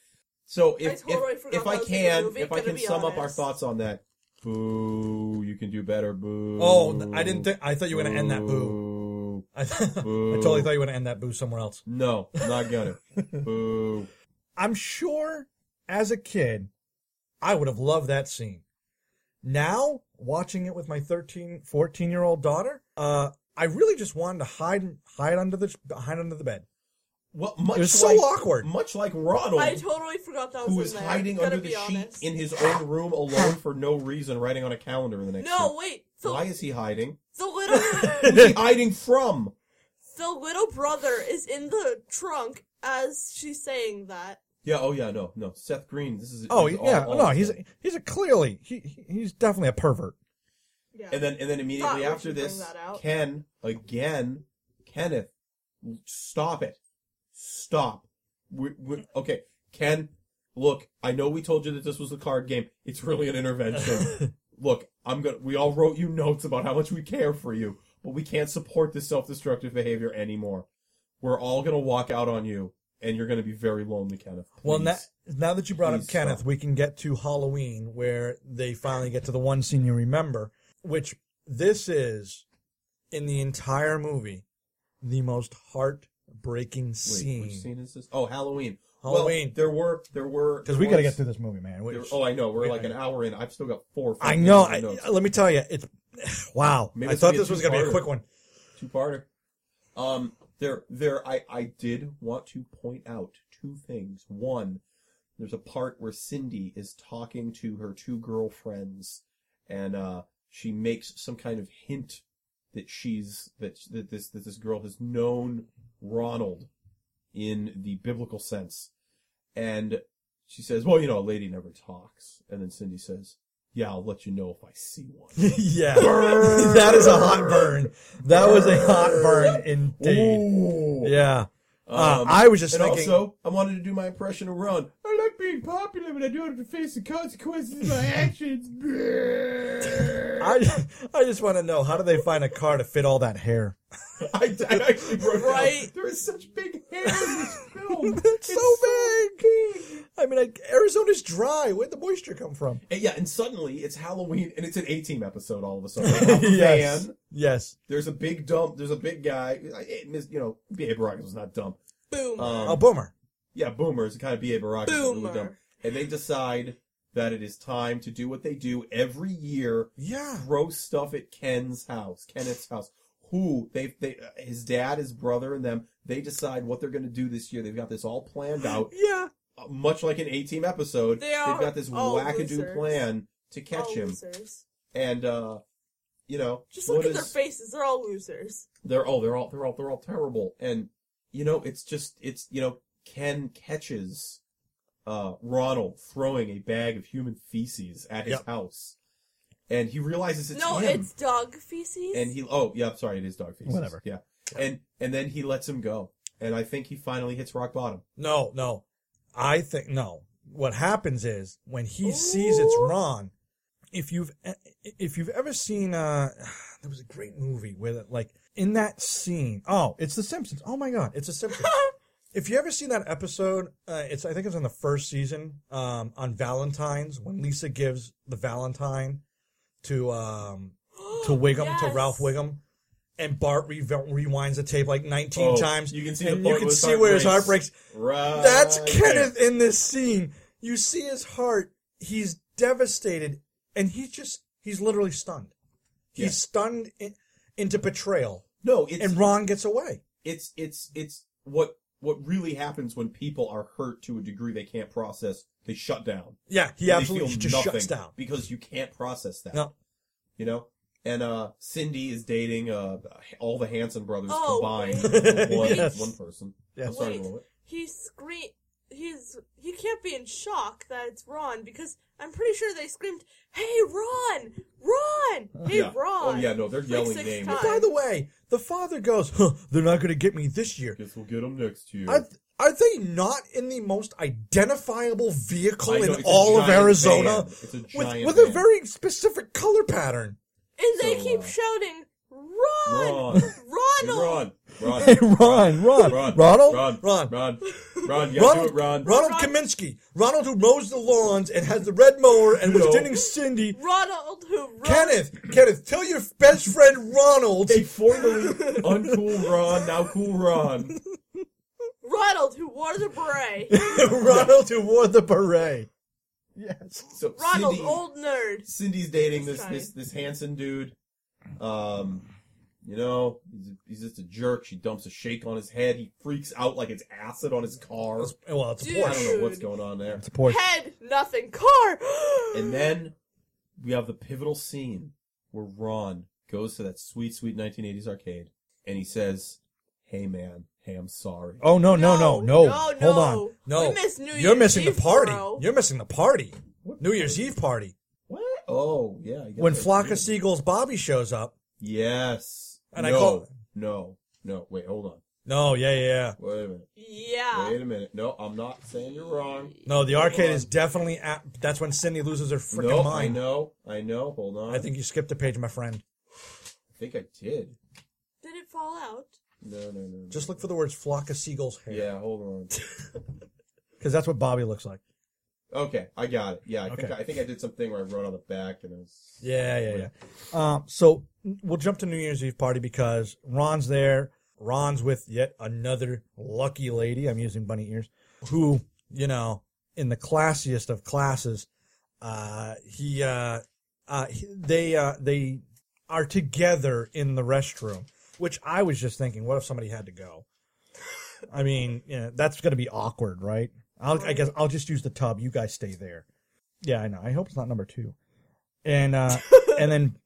So
I
if
totally
if,
forgot
if I
that was in the
can
movie,
if I
gonna
can
be
sum up our
honest.
thoughts on that, boo! You can do better, boo!
Oh, I didn't think I thought you were gonna end that boo.
boo.
I, I totally thought you were gonna end that boo somewhere else.
No, not gonna. boo!
I'm sure as a kid, I would have loved that scene. Now, watching it with my 13, 14 year old daughter, uh, I really just wanted to hide, hide under the, hide under the bed.
Well, much
was so
like,
awkward.
Much like Ronald,
I totally forgot that was
who
in
was
there.
hiding
gotta
under
be
the sheet
honest.
in his own room alone for no reason, writing on a calendar in the next.
No,
room.
wait. So
Why is he hiding?
the little
Who's he hiding from?
the little brother is in the trunk as she's saying that.
Yeah. Oh, yeah. No, no. Seth Green. This is.
Oh,
this is
yeah.
all- all
no,
of
he's,
them.
he's a clearly, he, he- he's definitely a pervert.
Yeah.
And then, and then
Thought
immediately
we
after
should bring
this,
that out.
Ken again, Kenneth, stop it, stop. We, we, okay, Ken, look. I know we told you that this was a card game. It's really an intervention. look, I'm gonna. We all wrote you notes about how much we care for you, but we can't support this self-destructive behavior anymore. We're all gonna walk out on you, and you're gonna be very lonely, Kenneth.
Well,
Please.
now, now that you brought up
Please
Kenneth,
stop.
we can get to Halloween where they finally get to the one scene you remember, which this is in the entire movie the most heartbreaking
Wait,
scene.
which scene is this? Oh, Halloween.
Halloween.
Well, there were there were
Because we got to get
was-
through this movie, man.
there-
Which,
oh, I know. We're
Yeah.
like an hour in. I've still got four. or five
I know.
minutes
I,
of notes.
let me tell you, it's wow.
Maybe
I
this
thought
will be a
this was going to be a
two-parter.
quick one.
Two parter. Um, there there. I I did want to point out two things. One, there's a part where Cindy is talking to her two girlfriends, and uh, she makes some kind of hint that she's that that this that this girl has known Ronald in the biblical sense, and she says, "Well, you know, a lady never talks." And then Cindy says, "Yeah, I'll let you know if I see one."
yeah, that is a hot burn. That was a hot burn indeed.
Ooh.
Yeah, Uh,
Um,
I was just
and
thinking.
also, I wanted to do my impression of Ron. I like being popular, but I do have to face the consequences of my actions.
I I just want to know how do they find a car to fit all that hair?
I, I actually wrote down,
Right.
There is such big hair in this film.
It's, so big. I mean, like, Arizona's dry. Where'd the moisture come from?
And yeah, and suddenly it's Halloween, and it's an A Team episode all of a sudden. I'm a fan.
Yes.
There's a big dump. There's a big guy. I- It, mis- you know, B.A. Baracus was not dumb.
Boom.
Um,
Oh, boomer.
Yeah, boomer is the kind of BA Barack. that's really
Boomer.
dumb. And they decide that it is time to do what they do every year.
Yeah.
Throw stuff at Ken's house, Kenneth's house. Who they they uh, his dad, his brother, and them. They decide what they're going to do this year. They've got this all planned out,
Yeah.
uh, much like an A Team episode.
They
have
are
got this
all
wackadoo
losers.
plan to catch
all
him,
losers.
and uh, you know,
Just
what
look at
is-
their faces. They're all losers.
they're oh they're all they're all they're all terrible and you know it's just it's you know ken catches uh ronald throwing a bag of human feces at his
Yep.
house and he realizes it's
no,
him
it's dog feces.
and he oh yeah i'm sorry it is dog feces
Whatever.
yeah and and then he lets him go and i think he finally hits rock bottom
No, no. I think no. What happens is when he sees it's
Ooh.
Ron. If you've e, if you've ever seen uh there was a great movie where that, like in that scene. Oh, it's The Simpsons. Oh my God, it's The Simpsons. if you ever seen that episode, uh, it's I think it's on the first season um, on Valentine's when Lisa gives the Valentine to um, to Wiggum to
Yes.
Ralph Wiggum, and Bart re- rewinds the tape like 19
Oh,
times.
you can see the
and
part
you can
where his
see
heart
where his
breaks.
heart breaks.
Right.
That's
there.
Kenneth in this scene. You see his heart. He's devastated, and he's just—he's literally stunned. He's
Yeah.
stunned in, into betrayal,
No, it's
and Ron gets away.
it's it's it's what what really happens when people are hurt to a degree they can't process. They shut down.
Yeah, he
They
absolutely
feel
just
nothing
shuts down.
because you can't process that.
No.
You know. And uh, Cindy is dating uh, all the Hanson brothers
Oh,
combined.
wait.
One,
Yes.
one person. I'm
Yes.
sorry,
Wait.
what?
He scream. He's he can't be in shock that it's Ron because I'm pretty sure they screamed, "Hey Ron, Ron, hey
yeah.
Ron!"
Oh yeah, no, they're
Like
yelling
six
names.
times.
By the way, the father goes, huh, "They're not going to get me this year."
Guess we'll get them next year.
Are, are they not in the most identifiable vehicle
I know,
in
it's a
all of
giant
Arizona
van. It's a
with,
giant
with a
van.
very specific color pattern?
And they
So,
keep
uh,
shouting, "Ron,
Ron.
Ronald,
Ron, Ron,
Hey, Ron, Ron,
Ron,
Ronald,
Ron,
Ron.
Ron, Ron, you gotta do
Ronald,
it, Ron.
Ronald
Ron-
Kaminsky. Ronald who mows the lawns and has the red mower and was
No.
dating Cindy.
Ronald, who Ron,
Kenneth, Kenneth, tell your best friend Ronald.
A formerly uncool Ron, now cool Ron.
Ronald, who wore the beret,
Ronald who wore the beret. Yes.
So
Ronald,
Cindy,
old nerd."
Cindy's dating this
Sorry.
this this Hanson dude. Um, you know, he's, he's just a jerk. She dumps a shake on his head. He freaks out like it's acid on his car.
Well, it's a
I don't
Porsche.
know what's going on there.
It's a Porsche.
Head, nothing, car.
And then we have the pivotal scene where Ron goes to that sweet, sweet 1980s arcade and he says, Hey man, hey, I'm sorry.
Oh no, no, no, no!
No,
Hold
no.
on, no.
We missed New
You're
Year's
missing
Eve,
the party.
bro.
You're missing the party.
What?
New Year's Eve party
What? Oh, yeah. I guess
when
that's
Flock
true.
of Seagulls Bobby shows up.
Yes.
And
no,
I call-
No, no. Wait, hold on.
No, yeah, yeah, yeah.
Wait a minute.
yeah,
Wait a minute. No, I'm not saying you're wrong.
No, the arcade
on.
is definitely at. That's when Cindy loses her freaking
no, I
mind.
know. I know. Hold on.
I think you skipped a page, my friend.
I think I did.
did it fall out?
No, no, no. no.
Just look for the words "flock of seagulls" hair,
Yeah, hold on.
because that's what Bobby looks like.
Okay, I got it. Yeah, I think
Okay.
I, I think I did something where I wrote on the back and it was
Yeah, yeah, yeah. Um, so we'll jump to New Year's Eve party because Ron's there. Ron's with yet another lucky lady. I'm using bunny ears. Who, you know, in the classiest of classes, uh, he, uh, uh, he- they, uh, they are together in the restroom. Which I was just thinking, what if somebody had to go? I mean, you know, that's going to be awkward, right? I'll, I guess I'll just use the tub. You guys stay there. Yeah, I know. I hope it's not number two. And uh, and then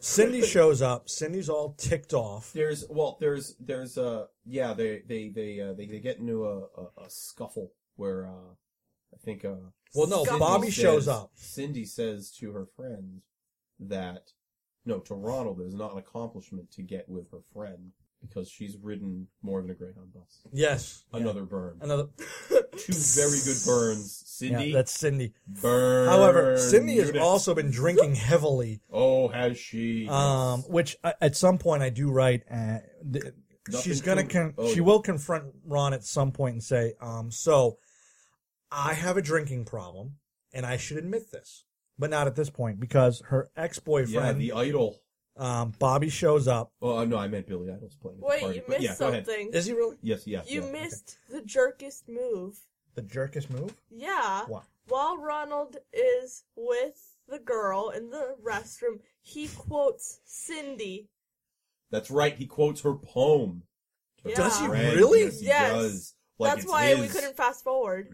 Cindy shows up. Cindy's all ticked off.
There's well, there's there's uh yeah they they they uh, they, they get into a, a, a scuffle where uh I think uh
Well, no,
Cindy
Bobby
says-
shows up.
Cindy says to her friend that no to Ronald it is not an accomplishment to get with her friend because she's ridden more than a Greyhound bus.
Yes,
Another burn,
another.
two very good burns. Cindy
Yeah, that's Cindy.
burn.
However, Cindy has
unit.
also been drinking heavily.
oh has she
Um, which I, at some point I do write. Uh, th-
Nothing
she's gonna
to-
con-
oh,
she
yeah.
will confront Ron at some point and say, um, "So, I have a drinking problem, and I should admit this, but not at this point because her ex
yeah
boyfriend,
the idol.
um, Bobby, shows up.
Oh no, I meant Billy Idol's playing. at the
Wait,
party,
you
but
missed
yeah, go ahead.
something.
Is he really
Yes, yes.
You
yes.
missed the jerkiest move.
the jerkest move?
Yeah.
What?
While Ronald is with the girl in the restroom, he quotes Cindy.
That's right. He quotes her poem. to her
Does he
friend.
really?
Yes, he
Yes.
does. Like
That's
it's
why we
his.
couldn't fast forward.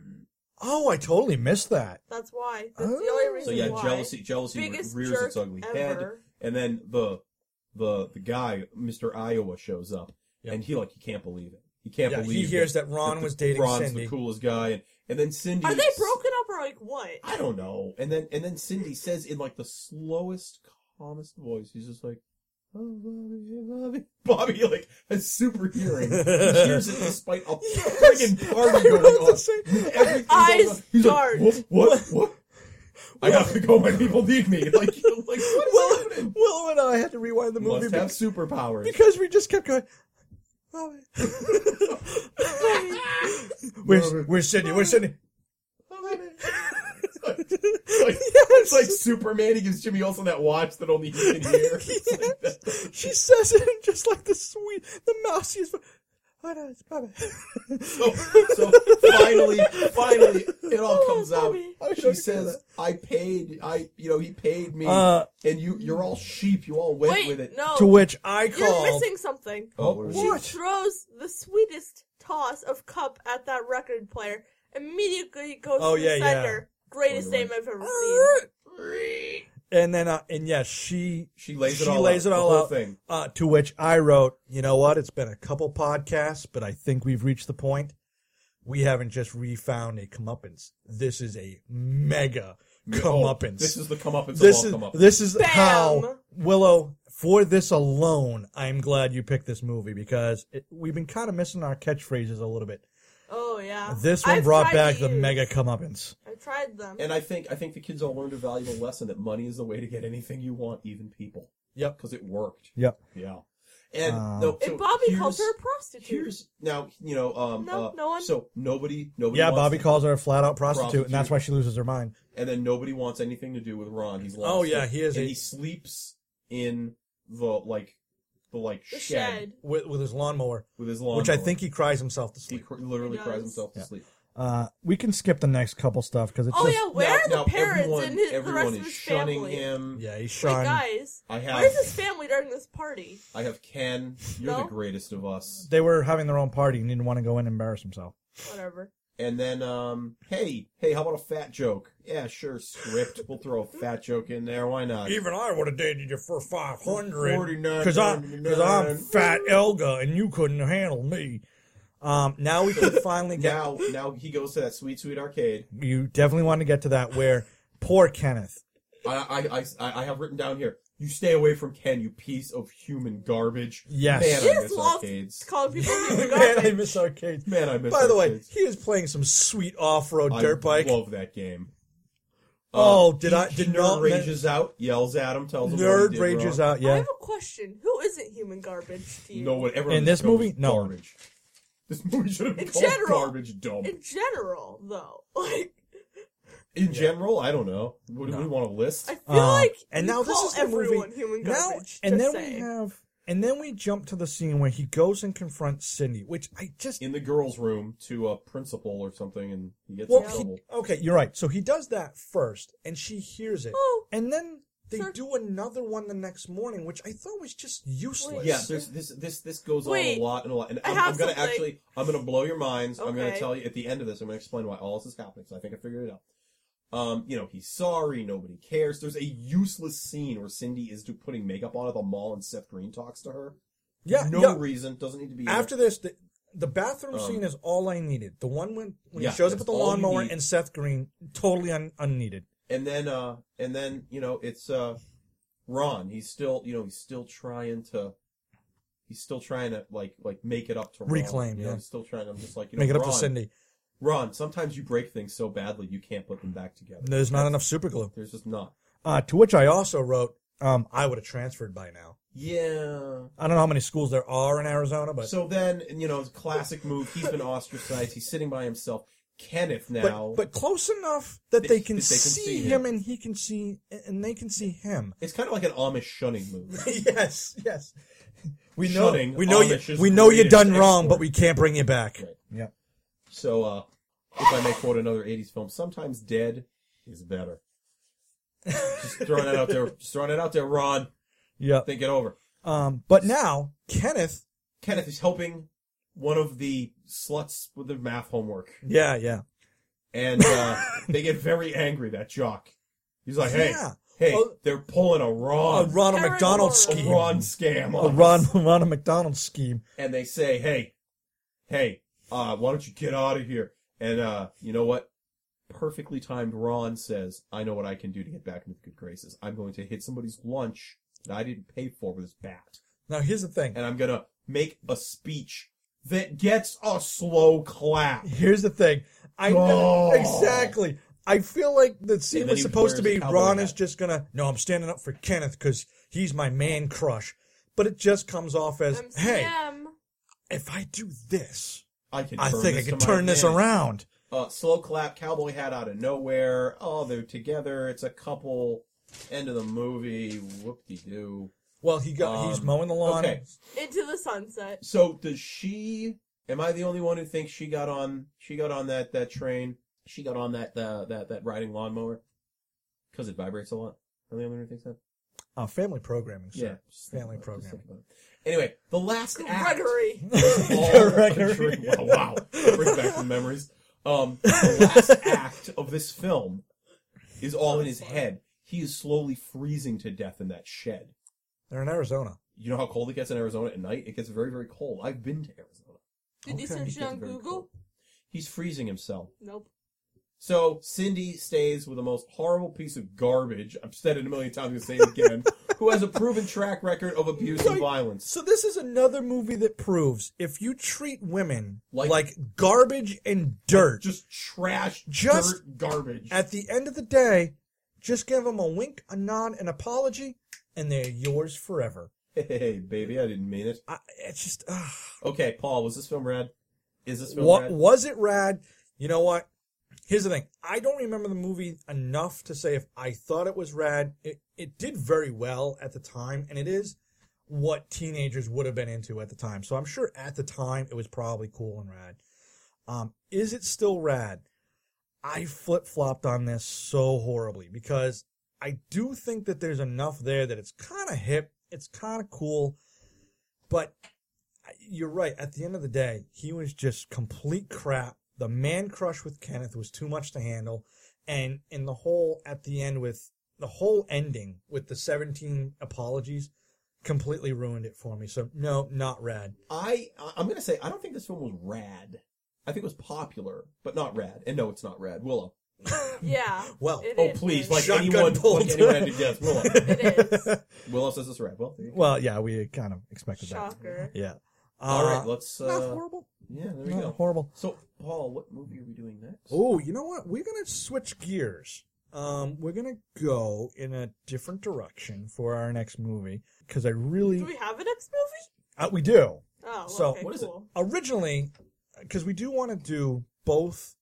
Oh, I totally missed that.
That's why. That's the
Oh.
only
So
reason
yeah,
why.
jealousy, jealousy
Biggest
rears
jerk
its ugly head,
ever.
and then the the the guy, Mister Iowa, shows up,
Yep.
and he like he can't believe it. He can't
Yeah, he
believe
hears that Ron
the-
was dating
Ron's
Cindy.
the coolest guy, and and then Cindy.
Are they broken up or like what?
I don't know. And then and then Cindy says in like the slowest, calmest voice, he's just like, "Oh, Bobby, hey, Bobby." Bobby like has super hearing. he hears it despite a friggin' party
I
going
was
on.
the same.
Everything's
Eyes
going on. He's
dart.
like, what? What? What? I have to go. My people need me. Like, you're like what is
Willow,
happening?
Willow and I had to rewind the movie
Must
be-
have superpowers.
because we just kept going. Bobby. Where's,
Bobby.
where's Cindy? Where's Cindy?
Bobby. It's like, it's like Superman. He gives Jimmy Olsen that watch that only he can hear. It's like that.
she says it just like the sweet, the mousiest. Oh, no, it's Bobby.
So, so finally, finally, it all comes out.
Bobby.
Oh, She says, "I paid. I, you know, he paid me,
Uh,
and you, you're all sheep. You all went
Wait,
with it."
no.
to which I
Oh, You're
called.
missing something.
Oh, where is
What?
She throws the sweetest toss of cup at that record player. Immediately goes
Oh,
to
yeah,
the
yeah.
center. Greatest
Totally
name I've ever seen.
And then, uh, and yes, she
She lays it
she
all
lays
out,
it
the
all
whole
out.
thing.
Uh, to which I wrote, you know what? It's been a couple podcasts, but I think we've reached the point. We haven't just refound a comeuppance. This is a mega
Oh,
comeuppance.
this is the comeuppance.
this
of
is
all comeuppance.
this is
Bam!
how Willow. For this alone, I'm glad you picked this movie because it, we've been kind of missing our catchphrases a little bit.
Oh yeah.
This one
I've
brought
tried
back
to
the
use-
mega comeuppance.
I tried them.
And I think I think the kids all learned a valuable lesson that money is the way to get anything you want, even people,
Yep.
because it worked.
Yep.
Yeah. And
Um,
no, so
and Bobby
here's-
calls her a prostitute.
Here's now, you know, um,
No,
uh,
no one-
So nobody, nobody.
Yeah,
wants
Bobby
to-
calls her a flat out prostitute, and that's
Prostitute.
why she loses her mind.
and then nobody wants anything to do with Ron. He's lost.
Oh, yeah,
it.
he is
And
a-
he sleeps in the like, the like
the
shed,
shed.
With, with his lawnmower,
with his lawn,
which I think he cries himself to
he
sleep.
cr- literally
He
cries
does.
himself
Yeah.
to sleep.
Uh, we can skip the next couple stuff because it's
Oh
just
yeah, where
now,
are the
now
parents
everyone,
and his, the
everyone
rest
is
of his
shunning
family?
him.
yeah, he's
Wait,
shy.
guys,
I have-
where's his family during this party?
I have Ken. You're
No.
the greatest of us.
They were having their own party and didn't want to go in and embarrass himself.
Whatever.
And then, um, hey, hey, how about a fat joke? Yeah, sure, script. We'll throw a fat joke in there. Why not?
Even I would have dated you for five hundred
49,
because I'm
99.
because I'm fat Elga and you couldn't handle me. Um, now we can finally get.
Now, now he goes to that sweet, sweet arcade.
You definitely want to get to that where poor Kenneth.
I, I, I, I have written down here. You stay away from Ken, you piece of human garbage.
Yes.
man,
She
I
just
miss
loves
arcades.
calling people names.
Man, I miss arcades.
Man, I miss.
By the way,
arcades.
he is playing some sweet off-road
I
dirt bike.
Love that game.
Oh,
Uh,
did
he-
I-
he
did
nerd
not-
rages out, yells at him, tells him what
Nerd
he did
rages
wrong.
out.
I
Yeah,
have a question. Who isn't human garbage to you?
No one ever
In this
knows
movie? No.
garbage. This movie should have been
In
called
general.
garbage dump.
In general, though, like
In general, I don't know. What do we want to list?
I feel
Um,
like
and
you
now this
call
is the movie-
everyone human
now
garbage.
and
just
then we
saying.
have and then we jump to the scene where he goes and confronts Cindy, which I just
In the girls' room to a principal or something, and he gets
well
in
Yeah.
he,
trouble.
okay, you're right. So he does that first, and she hears it,
Oh,
and then they
sure.
do another one the next morning, which I thought was just useless.
Wait.
Yeah, there's this this this goes
Wait.
on a lot and a lot. And
I
I'm,
have
I'm gonna
something.
actually I'm gonna blow your minds. I'm gonna
Okay.
tell you at the end of this. I'm gonna explain why all this is happening. So I think I figured it out. Um, you know, he's sorry. Nobody cares. There's a useless scene where Cindy is do, putting makeup on at the mall, and Seth Green talks to her.
yeah,
no
yeah.
reason. Doesn't need to be in it.
After this, the, the bathroom
Um,
scene is all I needed. The one when, when
Yeah,
he shows up
that's
with the
all you
lawnmower
need.
and Seth Green, totally un, unneeded.
and then uh and then you know it's uh ron he's still you know he's still trying to he's still trying to like like make it up to ron,
Reclaim,
you know,
yeah.
he's still trying i'm just like you know
Make it up
ron,
to Cindy.
ron sometimes you break things so badly you can't put them back together
There's not enough super glue.
there's just not
Uh, to which I also wrote, um, I would have transferred by now.
yeah
I don't know how many schools there are in Arizona, but
so then you know classic move he's been ostracized he's sitting by himself kenneth now
but, but close enough that
That-
they can
that they can
see,
see
him
him.
and he can see and they can see him.
it's kind of like an amish shunning move
yes, yes. We know
Shunning
we know
Amish
you
is
we know you
greatest
done wrong, but
export.
we can't bring you back.
Right.
Yeah.
so uh if i may quote another 80s film sometimes dead is better just throwing that out there just throwing it out there ron
Yeah.
think it over.
Um but now Kenneth
Kenneth is helping one of the sluts with their math homework,
Yeah, yeah.
and uh, they get very angry. That jock, he's like, "Hey,
Yeah.
hey,
Oh.
they're pulling a
A
Ron,
Ronald
Aaron
McDonald
a
scheme.
Ron scam,
A
on
Ron
us."
Ronald McDonald scheme.
and they say, "Hey, hey, uh, why don't you get out of here?" And uh, you know what? Perfectly timed. Ron says, "I know what I can do to get back into good graces. I'm going to hit somebody's lunch that I didn't pay for with this bat."
Now here's the thing.
and I'm gonna make a speech that gets a slow clap.
Here's the thing. I
Oh.
exactly. I feel like the scene
then
was
he
supposed to
wears
be
a cowboy
Ron is
hat.
just gonna. No, I'm standing up for Kenneth because he's my man crush. But it just comes off as,
I'm
hey,
Sam.
if I do this,
I can.
I
turn
think I
this
can
to my
turn this
advantage.
around.
Uh, slow clap, cowboy hat out of nowhere. Oh, they're together. It's a couple. End of the movie. Whoop de doo.
Well, he got he's
Um,
mowing the lawn.
okay.
Into the sunset.
So does she? Am I the only one who thinks she got on? She got on that that train. She got on that uh, that that riding lawnmower because it vibrates a lot. Am I the only one who thinks that?
Uh, family programming. Sir.
just think
family
about it, just
programming.
think about it. Anyway, the last act.
Gregory.
all
Gregory.
Wow, wow. That brings back some memories. Um, the last act of this film is all in his head. He is slowly freezing to death in that shed.
They're in Arizona.
You know how cold it gets in Arizona at night? It gets very, very cold. I've been to Arizona.
Did you
Okay.
search
It
it
gets
on
very
Google?
cold. He's freezing himself.
Nope.
So Cindy stays with the most horrible piece of garbage. I've said it a million times. I'm gonna say it again. who has a proven track record of abuse and violence?
So this is another movie that proves if you treat women like,
Like-
garbage and dirt,
Just trash,
Just-
dirt, garbage.
at the end of the day, just give them a wink, a nod, an apology, and they're yours forever.
hey, baby, I didn't mean it.
I, it's just uh,
Okay, Paul, was this film rad? Is this film
what
rad?
was it rad? You know what? Here's the thing. I don't remember the movie enough to say if I thought it was rad. It it did very well at the time, and it is what teenagers would have been into at the time. So I'm sure at the time it was probably cool and rad. Um, is it still rad? I flip flopped on this so horribly because I do think that there's enough there that it's kind of hip, it's kind of cool, but I- you're right. At the end of the day, he was just complete crap. The man crush with Kenneth was too much to handle, and in the whole at the end with the whole ending with the 17 apologies completely ruined it for me. So no, not rad.
I I- I'm gonna say I don't think this film was rad. I think it was popular, but not rad. And no, it's not rad. Willow.
Yeah.
Well,
it
Oh
is,
please,
but
like
Shotgun
anyone,
pulled.
like anyone had to guess. Willow.
It is.
Willow says it's rad. Well, there you go.
Well, yeah, we kind of expected
Shocker.
that. Yeah.
all
Uh,
right, let's.
not
Uh,
horrible.
yeah, there we
Not
go.
horrible.
So, Paul, what movie are we doing next?
Oh, you know what? We're gonna switch gears. Um, we're gonna go in a different direction for our next movie because I really
Do we have a next movie?
uh, we do
Oh,
So,
okay,
what is it?
cool.
originally because we do want to do both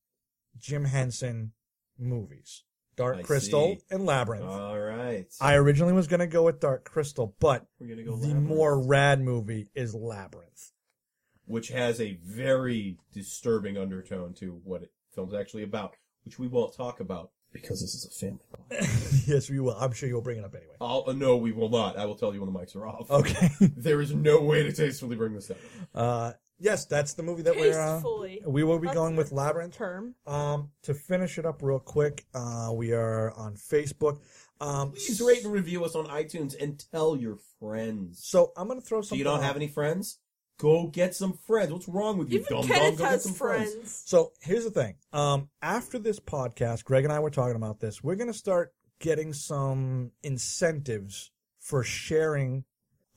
Jim Henson movies, Dark
I
Crystal
see. Uh,
and Labyrinth.
All right.
I originally was gonna go with Dark Crystal, but
We're gonna
the
go Labyrinth,
more rad movie is Labyrinth.
which has a very disturbing undertone to what it film's actually about, which we won't talk about because this is a family. podcast.
yes, we will. I'm sure you'll bring it up anyway.
I'll, uh, no, we will not. I will tell you when the mics are off.
Okay.
There is no way to tastefully bring this up.
Uh, yes, that's the movie that we're. Uh,
Tastefully.
we will be
That's
going with
the
Labyrinth.
Term.
Um, to finish it up real quick, uh, we are on Facebook. Um,
Please rate and review us on iTunes and tell your friends.
so I'm gonna throw
So
something.
you don't
out.
have any friends? Go get some friends. What's wrong with you,
Even
dumb dumb?
Kenneth
Go get
has
some
friends.
friends.
So here's the thing. Um, after this podcast, Greg and I were talking about this. We're gonna start getting some incentives for sharing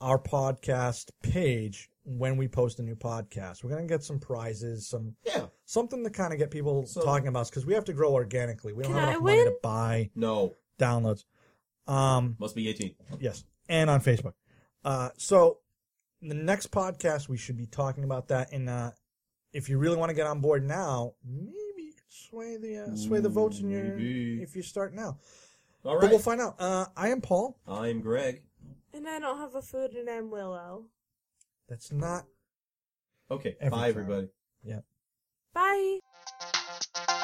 our podcast page when we post a new podcast. We're gonna get some prizes, some
Yeah.
something to kind of get people
So-
talking about us because we have to grow organically. We don't
Can
have
I
enough money to
win?
buy
No.
downloads. Um,
Must be 18.
Yes, and on Facebook. Uh, so the next podcast we should be talking about that. And uh, if you really want to get on board now, maybe you could sway the uh, sway the votes in your
Maybe.
if you start now.
All
But
right.
we'll find out. Uh, I am Paul.
I'm Greg.
And I don't have a food, and I'm Willow.
That's not
Okay.
Every
bye,
time.
everybody.
Bye.